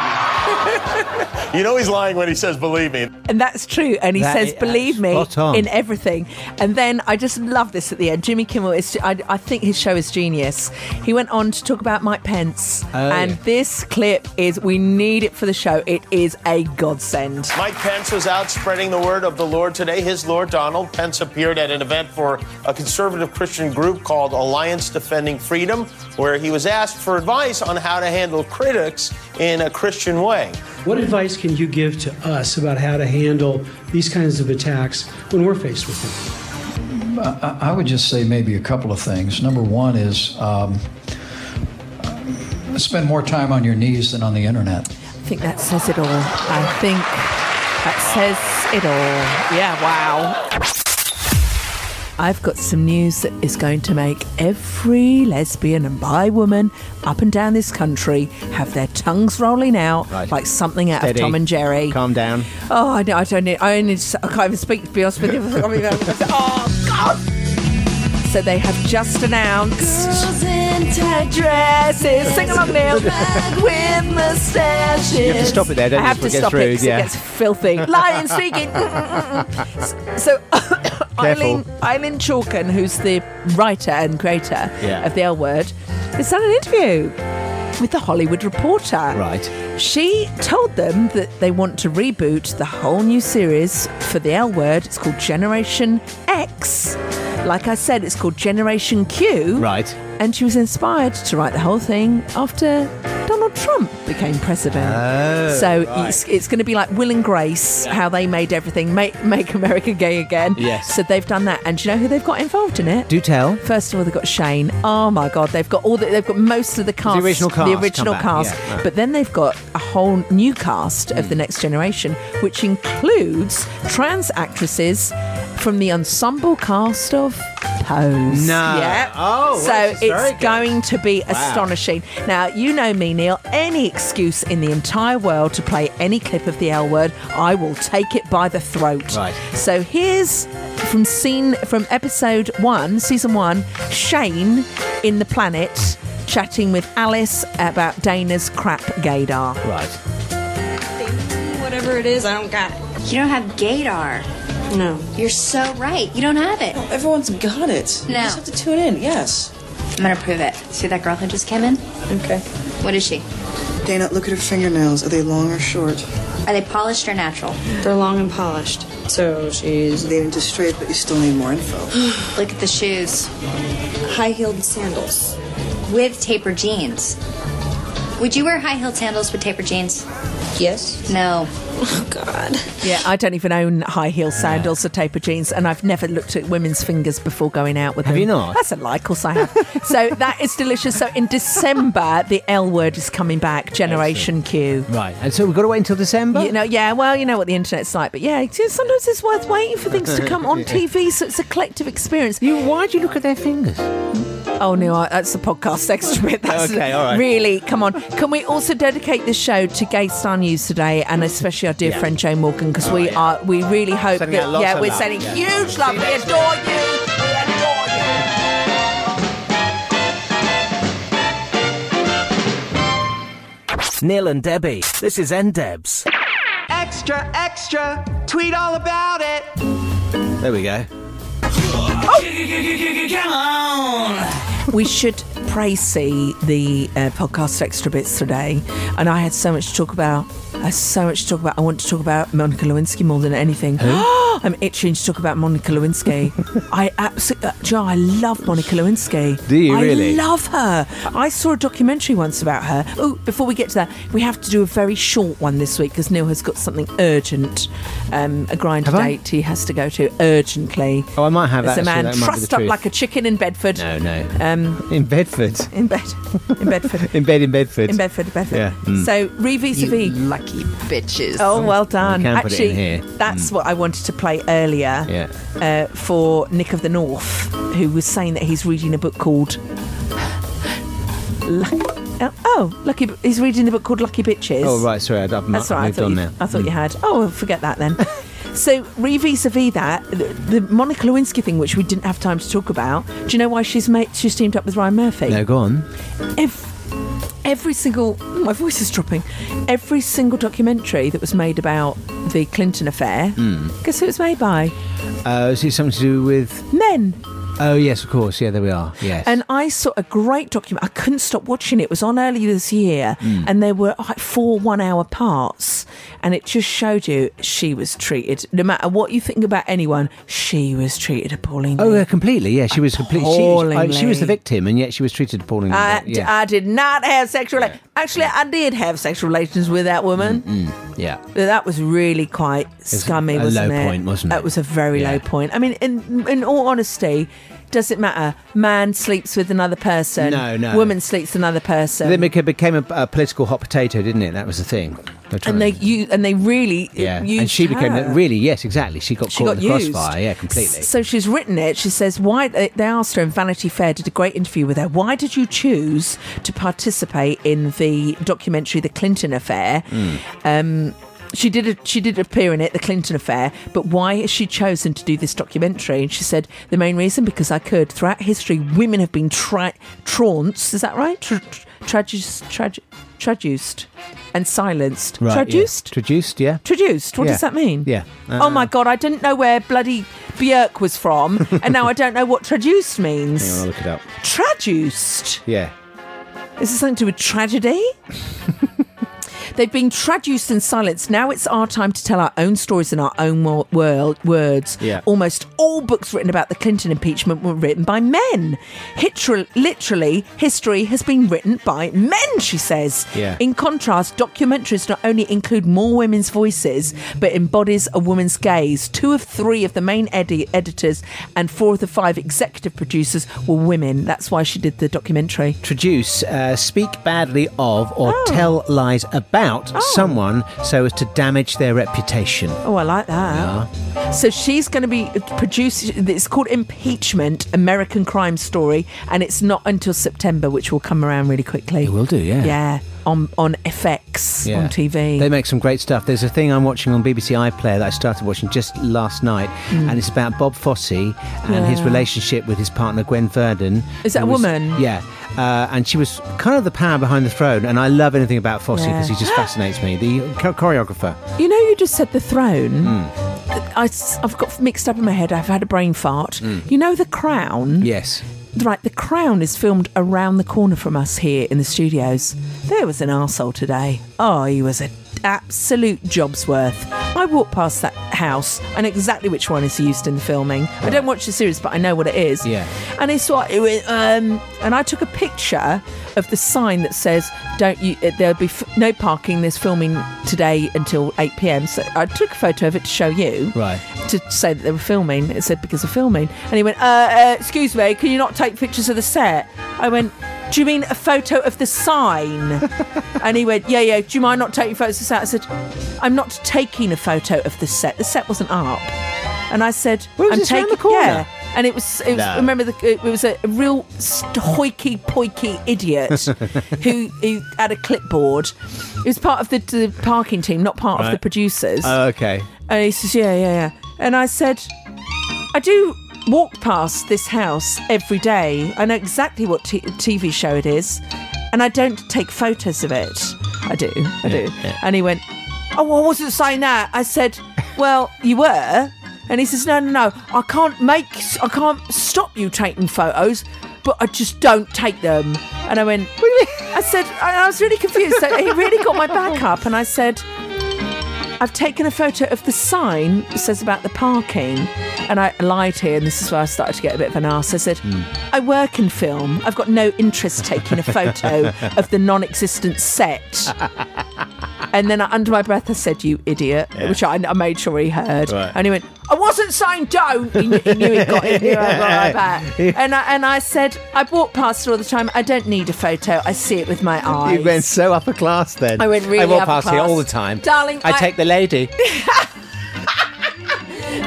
Speaker 4: and believe me.
Speaker 20: You know he's lying when he says, believe me.
Speaker 3: And that's true. And he
Speaker 20: That
Speaker 3: says,
Speaker 20: is-
Speaker 3: "Believe me
Speaker 20: spot on.
Speaker 3: in everything." And then I just love this at the end. Jimmy Kimmel is—I I think his show is genius. He went on to talk about Mike Pence,
Speaker 20: Oh,
Speaker 3: and
Speaker 20: yeah.
Speaker 3: this clip is—we need it for the show. It is a godsend.
Speaker 20: Mike Pence was out spreading the word of the Lord today. His Lord Donald Pence appeared at an event for a conservative Christian group called Alliance Defending Freedom, where he was asked for advice on how to handle critics in a Christian way.
Speaker 25: What advice can you give to us about how to handle these kinds of attacks when we're faced with them?
Speaker 9: I, I would just say maybe a couple of things. Number one is um, spend more time on your knees than on the internet.
Speaker 3: I think that says it all. I think that says it all. Yeah, wow. I've got some news that is going to make every lesbian and bi woman up and down this country have their tongues rolling out like something out
Speaker 5: Steady.
Speaker 3: of Tom and Jerry.
Speaker 5: Calm down.
Speaker 3: Oh, I, know, I don't need, I, only, I can't even speak, to be honest with you. I mean, oh, God! So they have just announced
Speaker 4: red dresses. Sing along now. Men with mustaches.
Speaker 5: You have to stop it there, don't
Speaker 4: I
Speaker 5: you,
Speaker 4: have
Speaker 5: before
Speaker 4: to
Speaker 5: it gets
Speaker 4: stop
Speaker 5: rude,
Speaker 4: it 'cause
Speaker 5: yeah.
Speaker 4: it gets filthy. Lion speaking. So Eileen, Eileen Chalkin, who's the writer and creator
Speaker 5: Yeah.
Speaker 4: of the L Word, has done an interview with the Hollywood Reporter.
Speaker 5: Right.
Speaker 4: She told them that they want to reboot the whole new series for the L Word. It's called Generation X. Like I said, it's called Generation Q.
Speaker 5: Right.
Speaker 4: And she was inspired to write the whole thing after Donald Trump became president.
Speaker 5: Oh,
Speaker 4: so
Speaker 5: right.
Speaker 4: it's it's going to be like Will and Grace, how they made everything make make America gay again.
Speaker 5: Yes.
Speaker 4: So they've done that, and do you know who they've got involved in it?
Speaker 5: Do tell.
Speaker 4: First of all, they've got Shane. Oh my God, they've got all the, they've got most of the cast,
Speaker 5: original cast
Speaker 4: the
Speaker 5: come
Speaker 4: original
Speaker 5: back,
Speaker 4: cast.
Speaker 5: yeah, right. Hmm.
Speaker 4: But then they've got a whole new cast of the next generation, which includes trans actresses from the ensemble cast of Pose.
Speaker 5: No.
Speaker 4: Yeah.
Speaker 5: Oh,
Speaker 4: so
Speaker 5: that's very
Speaker 4: it's
Speaker 5: good.
Speaker 4: going to be
Speaker 5: Wow.
Speaker 4: astonishing. Now you know me, Neil. Any excuse in the entire world to play any clip of the L word, I will take it by the throat.
Speaker 5: Right.
Speaker 4: So here's from scene from episode one, season one, Shane in the planet chatting with Alice about Dana's crap gaydar.
Speaker 5: Right.
Speaker 1: Whatever it is, I don't got it. You don't have gaydar. No. You're so right. You don't have it. everyone's got it. No. You just have to tune in, yes. I'm gonna prove it. See that girl who just came in? Okay. What is she?
Speaker 2: Dana, look at her fingernails. Are they long or short?
Speaker 1: Are they polished or natural? They're long and polished. So she's
Speaker 2: leaning to straight, but you still need more info.
Speaker 1: Look at the shoes. High heeled sandals. With taper jeans. Would you wear high heeled sandals with taper jeans? Yes. No. Oh, God.
Speaker 4: Yeah, I don't even own high heel sandals or taper jeans, and I've never looked at women's fingers before going out with
Speaker 5: Have
Speaker 4: them.
Speaker 5: you not?
Speaker 4: That's a lie, of course I have. so that is delicious. So in December, the L word is coming back, Generation Q.
Speaker 5: Right. And so we've got to wait until December?
Speaker 4: You know, yeah, well, you know what the internet's like, but yeah, it's- sometimes it's worth waiting for things to come on TV, so it's a collective experience. You, why do you look at their fingers? Oh no, I- that's the podcast extra bit. That's
Speaker 5: Okay, all right.
Speaker 4: Really, come on. Can we also dedicate this show to Gay Star News today, and especially our dear
Speaker 5: Yeah.
Speaker 4: friend Jane Morgan, because
Speaker 5: All
Speaker 4: we
Speaker 5: right, yeah.
Speaker 4: are we really hope
Speaker 5: Sending
Speaker 4: that
Speaker 5: out lots
Speaker 4: yeah
Speaker 5: of
Speaker 4: we're
Speaker 5: love,
Speaker 4: sending
Speaker 5: yeah.
Speaker 4: huge love. We adore you.
Speaker 6: Neil and Debbie, this is NDebs.
Speaker 3: Extra, extra! Tweet all about it!
Speaker 5: There we go.
Speaker 3: Come on!
Speaker 4: we should pricey the uh, podcast extra bits today, and I had so much to talk about. I had so much to talk about. I want to talk about Monica Lewinsky more than anything. I'm itching to talk about Monica Lewinsky. I uh, absolutely, Joe, I love Monica Lewinsky.
Speaker 5: Do you
Speaker 4: I
Speaker 5: really?
Speaker 4: love her. I saw a documentary once about her. Oh, before we get to that, we have to do a very short one this week because Neil has got something urgent, um, a grind
Speaker 5: Have I?
Speaker 4: date he has to go to urgently.
Speaker 5: Oh, I might have
Speaker 4: There's
Speaker 5: that.
Speaker 4: a man
Speaker 5: actually. That might be
Speaker 4: trussed
Speaker 5: the
Speaker 4: up
Speaker 5: truth.
Speaker 4: like a chicken in Bedford.
Speaker 5: No, no.
Speaker 4: Um,
Speaker 5: In Bedford.
Speaker 4: in bed, in Bedford,
Speaker 5: In bed in Bedford.
Speaker 4: in Bedford, Bedford.
Speaker 5: Yeah. Mm.
Speaker 4: So re vis a vis.
Speaker 3: Lucky bitches.
Speaker 4: Oh, well done.
Speaker 5: can put it
Speaker 4: Actually,
Speaker 5: in here. Hmm.
Speaker 4: that's what I wanted to play earlier
Speaker 5: Yeah.
Speaker 4: uh, for Nick of the North, who was saying that he's reading a book called. Lucky, oh, lucky! He's reading a book called Lucky Bitches.
Speaker 5: Oh, right. Sorry. I've, I've
Speaker 4: That's right. I
Speaker 5: moved
Speaker 4: thought,
Speaker 5: on
Speaker 4: you,
Speaker 5: now. Mm.
Speaker 4: I thought you had. Oh, well, forget that then. so, re vis a vis that, the, the Monica Lewinsky thing, which we didn't have time to talk about, do you know why she's made, she's teamed up with Ryan Murphy?
Speaker 5: No, go on.
Speaker 4: Ev- every single oh, my voice is dropping. Every single documentary that was made about the Clinton affair.
Speaker 5: Hmm.
Speaker 4: Guess who it was made by?
Speaker 5: Uh, is it something to do with.
Speaker 4: Men.
Speaker 5: Oh, yes, of course. Yeah, there we are. Yes.
Speaker 4: And I saw a great document. I couldn't stop watching it. It was on earlier this year,
Speaker 5: Hmm.
Speaker 4: and there were like four one-hour parts, and it just showed you she was treated. No matter what you think about anyone, she was treated appallingly.
Speaker 5: Oh, yeah, completely. Yeah, she was completely. She, I- she
Speaker 4: Appallingly.
Speaker 5: was
Speaker 4: Uh,
Speaker 5: the victim, and yet she was treated appallingly.
Speaker 4: I,
Speaker 5: yeah.
Speaker 4: I did not have sexual. rela- Actually, I did have sexual relations with that woman.
Speaker 5: Mm, yeah.
Speaker 4: But That was really quite
Speaker 5: was
Speaker 4: scummy,
Speaker 5: a
Speaker 4: wasn't
Speaker 5: low
Speaker 4: it?
Speaker 5: point, wasn't it?
Speaker 4: That was a very
Speaker 5: Yeah.
Speaker 4: low point. I mean, in in all honesty, does it matter? Man sleeps with another person.
Speaker 5: No, no.
Speaker 4: Woman sleeps with another person.
Speaker 5: Then it became a, a political hot potato, didn't it? That was the thing. They were trying
Speaker 4: and they
Speaker 5: to-
Speaker 4: you and they really
Speaker 5: yeah,
Speaker 4: used
Speaker 5: and she became
Speaker 4: her.
Speaker 5: really yes, exactly. She got
Speaker 4: She
Speaker 5: caught
Speaker 4: got
Speaker 5: in the
Speaker 4: used.
Speaker 5: crossfire. Yeah, completely.
Speaker 4: So she's written it. She says, "Why?" They asked her, and Vanity Fair did a great interview with her. Why did you choose
Speaker 5: Hmm.
Speaker 4: to participate in the documentary, The Clinton Affair? Um, she did a, she did appear in it, the Clinton affair. But why has she chosen to do this documentary? And she said the main reason because I could. Throughout history, women have been tra- traunced. Is that right? Tra- tra- traduced, tradu- traduced, and silenced. traduced.
Speaker 5: Yeah. Traduced, yeah.
Speaker 4: Traduced. What
Speaker 5: Yeah.
Speaker 4: does that mean?
Speaker 5: Yeah. Uh-huh.
Speaker 4: oh my god! I didn't know where bloody Björk was from, and now I don't know what traduced
Speaker 5: Hang on,
Speaker 4: means.
Speaker 5: I'll look it up.
Speaker 4: Traduced.
Speaker 5: Yeah.
Speaker 4: Is this something to do with tragedy? They've been traduced and silenced. Now it's our time to tell our own stories in our own wo- world words.
Speaker 5: Yeah.
Speaker 4: Almost all books written about the Clinton impeachment were written by men. Hitri- literally, history has been written by men, she says.
Speaker 7: Yeah.
Speaker 4: In contrast, documentaries not only include more women's voices, but embodies a woman's gaze. Two of three of the main edi- editors and four of the five executive producers were women. That's why she did the documentary.
Speaker 5: Traduce, uh, speak badly of or
Speaker 4: Oh.
Speaker 5: tell lies about someone so as to damage their reputation.
Speaker 4: Oh, I like that. So she's going to be producing. It's called Impeachment: American Crime Story, and it's not until September, which will come around really quickly. It
Speaker 5: will do, yeah.
Speaker 4: Yeah, on on FX
Speaker 5: Yeah.
Speaker 4: on TV.
Speaker 5: They make some great stuff. There's a thing I'm watching on BBC iPlayer that I started watching just last night,
Speaker 4: Mm.
Speaker 5: and it's about Bob Fosse and his
Speaker 4: Yeah.
Speaker 5: relationship with his partner Gwen Verdon.
Speaker 4: Is that
Speaker 5: who
Speaker 4: a
Speaker 5: was-
Speaker 4: woman?
Speaker 5: Yeah. Uh, and she was kind of the power behind the throne, and I love anything about Fosse
Speaker 4: Yeah.
Speaker 5: because he just fascinates me. The cho- choreographer.
Speaker 4: you know, you just said the throne.
Speaker 5: Mm.
Speaker 4: I, have got mixed up in my head. I've had a brain fart.
Speaker 5: Mm.
Speaker 4: You know, The Crown.
Speaker 5: Yes.
Speaker 4: Right, The Crown is filmed around the corner from us here in the studios. There was an arsehole today. Oh, he was an absolute job's worth. I walked past that house. I know exactly which one is used in the filming. I don't watch the series, but I know what it is.
Speaker 5: Yeah.
Speaker 4: And it's like, it was, um, and I took a picture of the sign that says, "Don't you? uh, There'll be f- no parking. There's filming today until 8 p.m." So I took a photo of it to show you.
Speaker 5: Right.
Speaker 4: To say that they were filming, it said because of filming, and he went, uh, uh, "Excuse me, can you not take pictures of the set?" I went, "Do you mean a photo of the sign?" and he went, "Yeah, yeah. Do you mind not taking photos of the set?" I said, "I'm not taking a photo of the set. The set wasn't up." And I said,
Speaker 5: Where was
Speaker 4: "I'm
Speaker 5: this, round
Speaker 4: taking
Speaker 5: the corner?
Speaker 4: yeah." And it was, it was
Speaker 5: No.
Speaker 4: remember, the, it was a real st- hoiky poiky idiot who, who had a clipboard. It was part of the, the parking team, not part of
Speaker 5: Right.
Speaker 4: the producers.
Speaker 5: Oh, okay.
Speaker 4: And he says, Yeah, yeah, yeah. And I said, I do walk past this house every day. I know exactly what t- TV show it is. And I don't take photos of it. I do, I do. And he went, Oh, I wasn't saying that. I said, Well, you were. And he says, No, no, no. I can't make, I can't stop you taking photos. But I just don't take them. And I went, I said, I I was really confused. So he really got my back up. And I said, I've taken a photo of the sign that says about the parking, and I lied here, and this is where I started to get a bit of an arse. I said,
Speaker 7: Hmm.
Speaker 4: I work in film. I've got no interest taking a photo of the non existent set. And then I, under my breath, I said, You idiot,
Speaker 7: Yeah.
Speaker 4: which I, I made sure he heard.
Speaker 7: Right.
Speaker 4: And he went, I wasn't saying don't. He, knew- he knew he got it. He knew I got it back.
Speaker 5: Yeah.
Speaker 4: And, I, and I said, I walk past it all the time. I don't need a photo. I see it with my eyes.
Speaker 5: You went so upper class then.
Speaker 4: I went really
Speaker 5: I walk
Speaker 4: upper
Speaker 5: past here
Speaker 4: class.
Speaker 5: all the time.
Speaker 4: Darling,
Speaker 5: I,
Speaker 4: I-
Speaker 5: take the lady.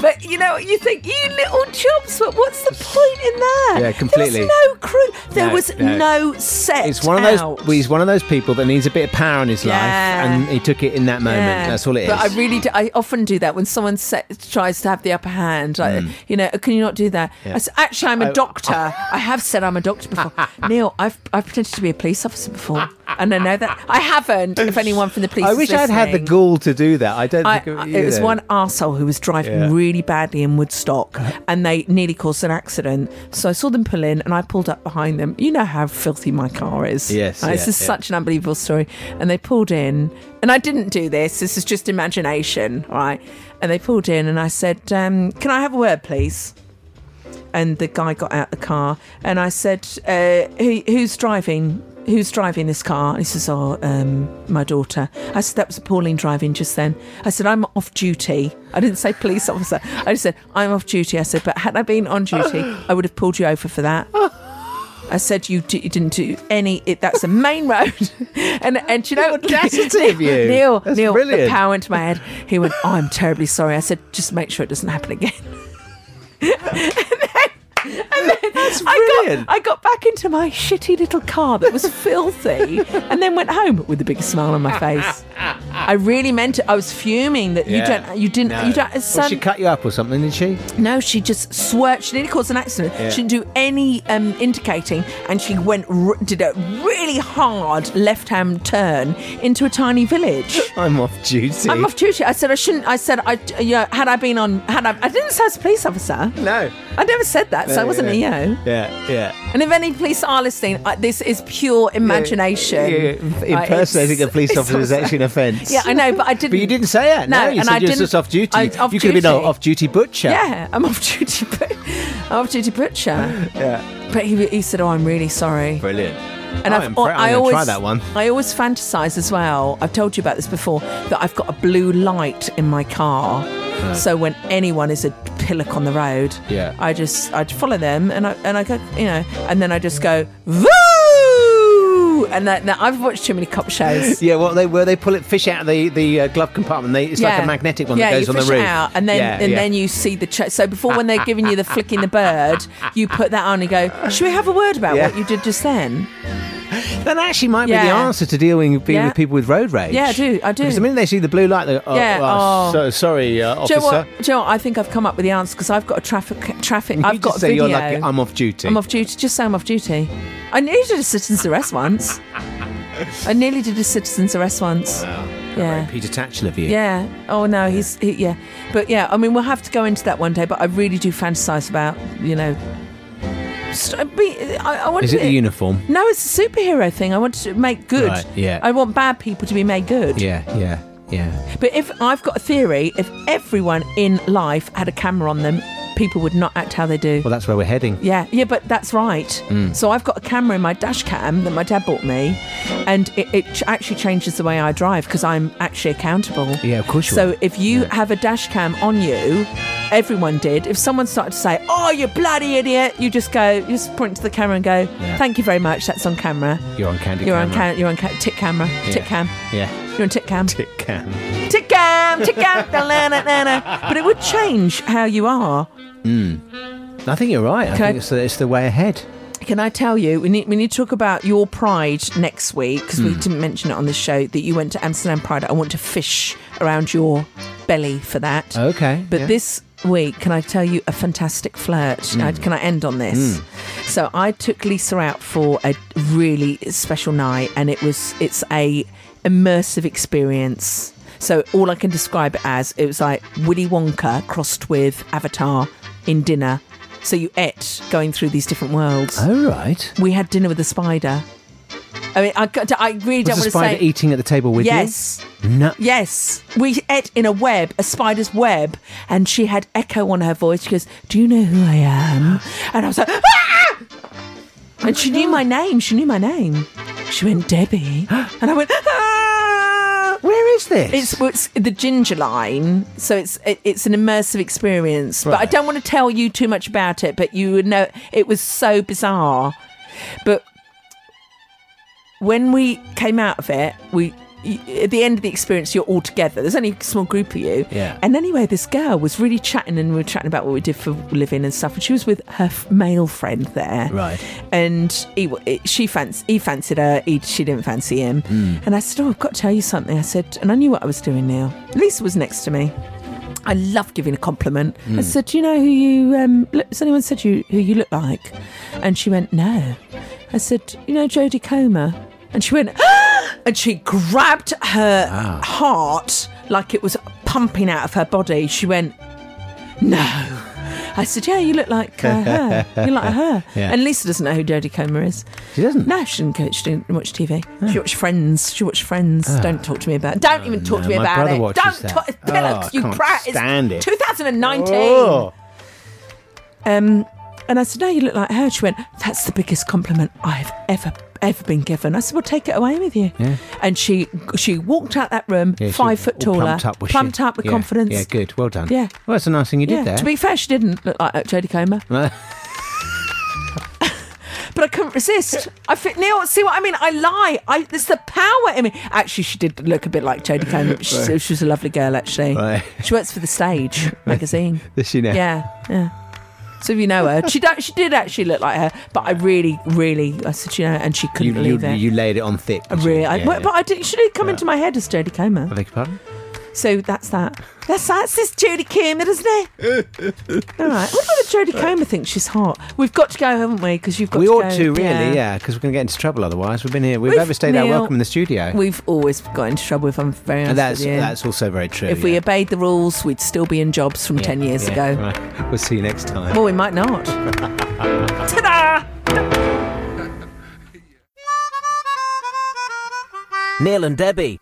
Speaker 4: But you know, you think you little chumps. But what's the point in that?
Speaker 5: Yeah, completely.
Speaker 4: There was no crew. There
Speaker 5: No,
Speaker 4: was
Speaker 5: no.
Speaker 4: no, set.
Speaker 5: It's one of those.
Speaker 4: out.
Speaker 5: He's one of those people that needs a bit of power in his
Speaker 4: Yeah.
Speaker 5: life, and he took it in that moment.
Speaker 4: Yeah.
Speaker 5: That's all it is.
Speaker 4: But I really, do, I often do that when someone se- tries to have the upper hand. Like,
Speaker 5: Mm.
Speaker 4: you know, can you not do that?
Speaker 5: Yeah.
Speaker 4: I s- actually, I'm a
Speaker 5: I-
Speaker 4: doctor. I have said I'm a doctor before. Neil, I've I've pretended to be a police officer before, and I know that I haven't. If anyone from the police,
Speaker 5: I
Speaker 4: is
Speaker 5: wish I'd had the
Speaker 4: listening.
Speaker 5: gall to do that. I don't
Speaker 4: I,
Speaker 5: think
Speaker 4: I- it was
Speaker 5: you know.
Speaker 4: one arsehole who was driving
Speaker 5: Yeah.
Speaker 4: really badly in Woodstock and they nearly caused an accident. So I saw them pull in and I pulled up behind them. You know how filthy my car is.
Speaker 7: Yes,
Speaker 4: Uh,
Speaker 7: yeah,
Speaker 4: this is
Speaker 7: yeah.
Speaker 4: such an unbelievable story. And they pulled in, and I didn't do this. This is just imagination, all right? And they pulled in and I said, um, Can I have a word, please? and the guy got out the car and I said, uh, who, who's driving? Who's driving this car? And he says, oh, um, my daughter. I said, that was Pauline driving just then. I said, I'm off duty. I didn't say police officer. I just said, I'm off duty. I said, but had I been on duty, I would have pulled you over for that. I said, you, d- you didn't do any, it, that's a main road. and, and do you know,
Speaker 7: audacity of you.
Speaker 4: Neil,
Speaker 7: That's
Speaker 4: Neil,
Speaker 7: brilliant.
Speaker 4: the power into my head. He went, oh, I'm terribly sorry. I said, just make sure it doesn't happen again. That's
Speaker 5: brilliant.
Speaker 4: I got back into my shitty little car that was filthy and then went home with the biggest smile on my face. I really meant it. I was fuming that you
Speaker 5: Yeah.
Speaker 4: don't, you didn't,
Speaker 5: No.
Speaker 4: you don't.
Speaker 5: Well,
Speaker 4: son-
Speaker 5: she cut you up or something, didn't she?
Speaker 4: no, she just swerved. She nearly caused an accident.
Speaker 5: Yeah.
Speaker 4: She didn't do any um, indicating, and she went r- did a really hard left-hand turn into a tiny village.
Speaker 5: I'm off duty.
Speaker 4: I'm off duty. I said I shouldn't. I said I. Yeah, had I been on, had I, I didn't say I was a police officer.
Speaker 5: No,
Speaker 4: I never said that, so I wasn't a yo.
Speaker 5: Yeah, yeah.
Speaker 4: And if any police are listening, uh, this is pure imagination.
Speaker 5: yeah.
Speaker 4: Right, it's-
Speaker 5: Impersonating a police
Speaker 4: it's
Speaker 5: officer is
Speaker 4: awesome.
Speaker 5: actually an offence.
Speaker 4: Yeah, I know, but I didn't.
Speaker 5: But you didn't say that. No,
Speaker 4: No,
Speaker 5: you
Speaker 4: and
Speaker 5: said
Speaker 4: I
Speaker 5: you were
Speaker 4: didn't-
Speaker 5: just off duty.
Speaker 4: I- off
Speaker 5: you could have been an
Speaker 4: duty.
Speaker 5: off-duty butcher.
Speaker 4: Yeah, I'm off duty. but- I'm off duty butcher.
Speaker 5: yeah.
Speaker 4: But he, he said, "Oh, I'm really sorry."
Speaker 5: Brilliant.
Speaker 4: And
Speaker 5: Oh, I'm
Speaker 4: I've,
Speaker 5: impre- I'm
Speaker 4: I
Speaker 5: gonna
Speaker 4: always
Speaker 5: try that one.
Speaker 4: I always fantasize as well. I've told you about this before that I've got a blue light in my car,
Speaker 5: Right.
Speaker 4: so when anyone is a pillock on the road,
Speaker 5: Yeah.
Speaker 4: I just I'd follow them and I and I go you know and then I just go woo and that, that I've watched too many cop shows.
Speaker 5: Yeah, well, they where they pull it fish out of the the uh, glove compartment. They, it's like
Speaker 4: Yeah.
Speaker 5: a magnetic one
Speaker 4: yeah,
Speaker 5: that goes
Speaker 4: you
Speaker 5: on the
Speaker 4: fish
Speaker 5: roof.
Speaker 4: It out, and then
Speaker 5: Yeah,
Speaker 4: and
Speaker 5: yeah.
Speaker 4: then you see the check. So before when they're giving you the flicking the bird, you put that on and go. Should we have a word about
Speaker 5: Yeah.
Speaker 4: what you did just then?
Speaker 5: That actually might be the
Speaker 4: Yeah.
Speaker 5: answer to dealing being
Speaker 4: Yeah.
Speaker 5: with people with road rage.
Speaker 4: Yeah, I do. I do.
Speaker 5: Because the minute they see the blue light, they go, oh,
Speaker 4: Yeah,
Speaker 5: well,
Speaker 4: oh.
Speaker 5: so, sorry, uh,
Speaker 4: Do
Speaker 5: officer.
Speaker 4: you, know what, do you know what? I think I've come up with the answer because I've got a traffic traffic.
Speaker 5: You
Speaker 4: I've got
Speaker 5: just
Speaker 4: a
Speaker 5: say
Speaker 4: video.
Speaker 5: you're like, I'm off duty.
Speaker 4: I'm off duty. Just say I'm off duty. I nearly did a citizen's arrest once. I nearly did a citizen's arrest once.
Speaker 5: Very
Speaker 4: Yeah.
Speaker 5: Peter Tatchell of you.
Speaker 4: Yeah. Oh no, he's he, yeah. But yeah, I mean, we'll have to go into that one day. But I really do fantasize about you know. St- be, I, I want
Speaker 5: Is
Speaker 4: to
Speaker 5: it the uniform?
Speaker 4: No, it's a superhero thing. I want to make good.
Speaker 5: Right, yeah.
Speaker 4: I want bad people to be made good.
Speaker 5: Yeah, yeah, yeah.
Speaker 4: But if I've got a theory, if everyone in life had a camera on them, people would not act how they do.
Speaker 5: Well, that's where we're heading.
Speaker 4: Yeah, yeah, but that's right.
Speaker 5: Mm.
Speaker 4: So I've got a camera in my dash cam that my dad bought me, and it, it ch- actually changes the way I drive because I'm actually accountable.
Speaker 5: Yeah, of course you
Speaker 4: So
Speaker 5: are.
Speaker 4: if you have a dash cam on you, everyone did. If someone started to say, "Oh, you bloody idiot," you just go, you just point to the camera and go,
Speaker 5: Yeah.
Speaker 4: "Thank you very much. That's on camera.
Speaker 5: You're on candy
Speaker 4: you're on
Speaker 5: camera.
Speaker 4: ca- you're on ca- tick camera, tick
Speaker 5: Yeah.
Speaker 4: cam."
Speaker 5: Yeah.
Speaker 4: You're on tick cam.
Speaker 5: Tick cam.
Speaker 4: Tick cam, tick cam, da la na na na. But it would change how you are.
Speaker 5: Mm. I think you're right. I
Speaker 4: Can I-
Speaker 5: think it's, the, it's the way ahead.
Speaker 4: Can I tell you, we need, we need to talk about your pride next week because we
Speaker 5: Hmm.
Speaker 4: didn't mention it on the show that you went to Amsterdam Pride. I want to fish around your belly for that.
Speaker 5: Okay.
Speaker 4: But
Speaker 5: yeah.
Speaker 4: this week, can I tell you a fantastic flirt?
Speaker 5: Mm.
Speaker 4: Uh, Can I end on this?
Speaker 5: Mm.
Speaker 4: So I took Lisa out for a really special night, and it was it's a immersive experience. So all I can describe it as it was like Willy Wonka crossed with Avatar in dinner. So you ate going through these different worlds.
Speaker 5: Oh right.
Speaker 4: We had dinner with a spider. I mean, I, got- I really don't want
Speaker 5: Was the
Speaker 4: to
Speaker 5: spider
Speaker 4: say
Speaker 5: eating at the table with
Speaker 4: yes.
Speaker 5: you? No.
Speaker 4: Yes, we ate in a web, a spider's web, and she had echo on her voice. She goes, "Do you know who I am?" And I was like, "Ah!" And she knew my name. She knew my name. She went, "Debbie," and I went, "Ah!"
Speaker 5: Where is this?
Speaker 4: It's, well, it's the Ginger Line, so it's it, it's an immersive experience. But I don't want to tell you too much about it. But you would know it was so bizarre. But when we came out of it, we y- at the end of the experience, you're all together. There's only a small group of you.
Speaker 5: Yeah.
Speaker 4: And anyway, this girl was really chatting, and we were chatting about what we did for a living and stuff. And she was with her f- male friend there.
Speaker 5: Right.
Speaker 4: And he, w- it- she fanc- he fancied her. He, she didn't fancy him.
Speaker 5: Mm.
Speaker 4: And I said, "Oh, I've got to tell you something." I said, and I knew what I was doing now. Lisa was next to me. I love giving a compliment. I
Speaker 5: Mm.
Speaker 4: said, "Do you know who you? Um, look, has anyone said you who you look like?" And she went, "No." I said, "You know Jodie Comer," and she went, "Ah!" and she grabbed her
Speaker 5: Wow.
Speaker 4: heart like it was pumping out of her body. She went, "No." I said, "Yeah, you look like uh, her. You look like her."
Speaker 5: Yeah. Hmm.
Speaker 4: And Lisa doesn't know who Jodie Comer is.
Speaker 5: She doesn't.
Speaker 4: No, she didn't, go, she didn't watch TV. She watched Friends. She watched Friends.
Speaker 5: Ah.
Speaker 4: Don't talk to me about. Don't even talk
Speaker 5: no,
Speaker 4: to me
Speaker 5: my
Speaker 4: about
Speaker 5: brother
Speaker 4: it.
Speaker 5: watches
Speaker 4: Don't
Speaker 5: that.
Speaker 4: talk. Pillocks,
Speaker 5: Oh, I
Speaker 4: you
Speaker 5: can't
Speaker 4: prat. It's
Speaker 5: stand it.
Speaker 4: 2019.
Speaker 5: Oh.
Speaker 4: Um, and I said, "No, you look like her." She went, "That's the biggest compliment I've ever." Ever been given? I said, "Well, take it away with you."
Speaker 5: Yeah.
Speaker 4: And she she walked out that room,
Speaker 5: Yeah, she
Speaker 4: five
Speaker 5: was
Speaker 4: foot
Speaker 5: all
Speaker 4: taller,
Speaker 5: Plumped up, was she?
Speaker 4: plumped up with
Speaker 5: Yeah,
Speaker 4: confidence.
Speaker 5: Yeah, good. Well done.
Speaker 4: Yeah.
Speaker 5: Well, that's a nice thing you
Speaker 4: Yeah.
Speaker 5: did there.
Speaker 4: To be fair, she didn't look like Jodie Comer.
Speaker 5: Well,
Speaker 4: but I couldn't resist. I fit Neil. See what I mean? I lie. I there's the power in me. Actually, she did look a bit like Jodie Comer. But she's,
Speaker 5: Right.
Speaker 4: She was a lovely girl, actually.
Speaker 5: Right.
Speaker 4: She works for the Stage magazine.
Speaker 5: Does she now?
Speaker 4: Yeah, yeah. So if you know her, she don't, she did actually look like her, but I really, really, I said, you know, and she couldn't
Speaker 5: you,
Speaker 4: believe
Speaker 5: you,
Speaker 4: it.
Speaker 5: you laid it on thick.
Speaker 4: I really, I,
Speaker 5: yeah,
Speaker 4: well,
Speaker 5: yeah.
Speaker 4: but I did, she did come into my head as Jodie Comer.
Speaker 5: I beg your pardon?
Speaker 4: So that's that. That's that's this Jodie Comer, isn't it? All right. What about the Jodie Comer thinks she's hot? We've got to go, haven't we? Because you've got
Speaker 5: We
Speaker 4: to
Speaker 5: ought
Speaker 4: go.
Speaker 5: to, really, yeah, because we're going to get into trouble otherwise. We've been here, we've,
Speaker 4: We've-
Speaker 5: overstayed our
Speaker 4: Neil,
Speaker 5: welcome in the studio.
Speaker 4: We've always got into trouble if I'm very honest
Speaker 5: and that's,
Speaker 4: with you.
Speaker 5: that's also very true.
Speaker 4: if we obeyed the rules, we'd still be in jobs from
Speaker 5: yeah.
Speaker 4: 10 years
Speaker 5: Yeah,
Speaker 4: ago.
Speaker 5: right. We'll see you next time.
Speaker 4: Well, we might not. Ta-da!
Speaker 6: Neil and Debbie.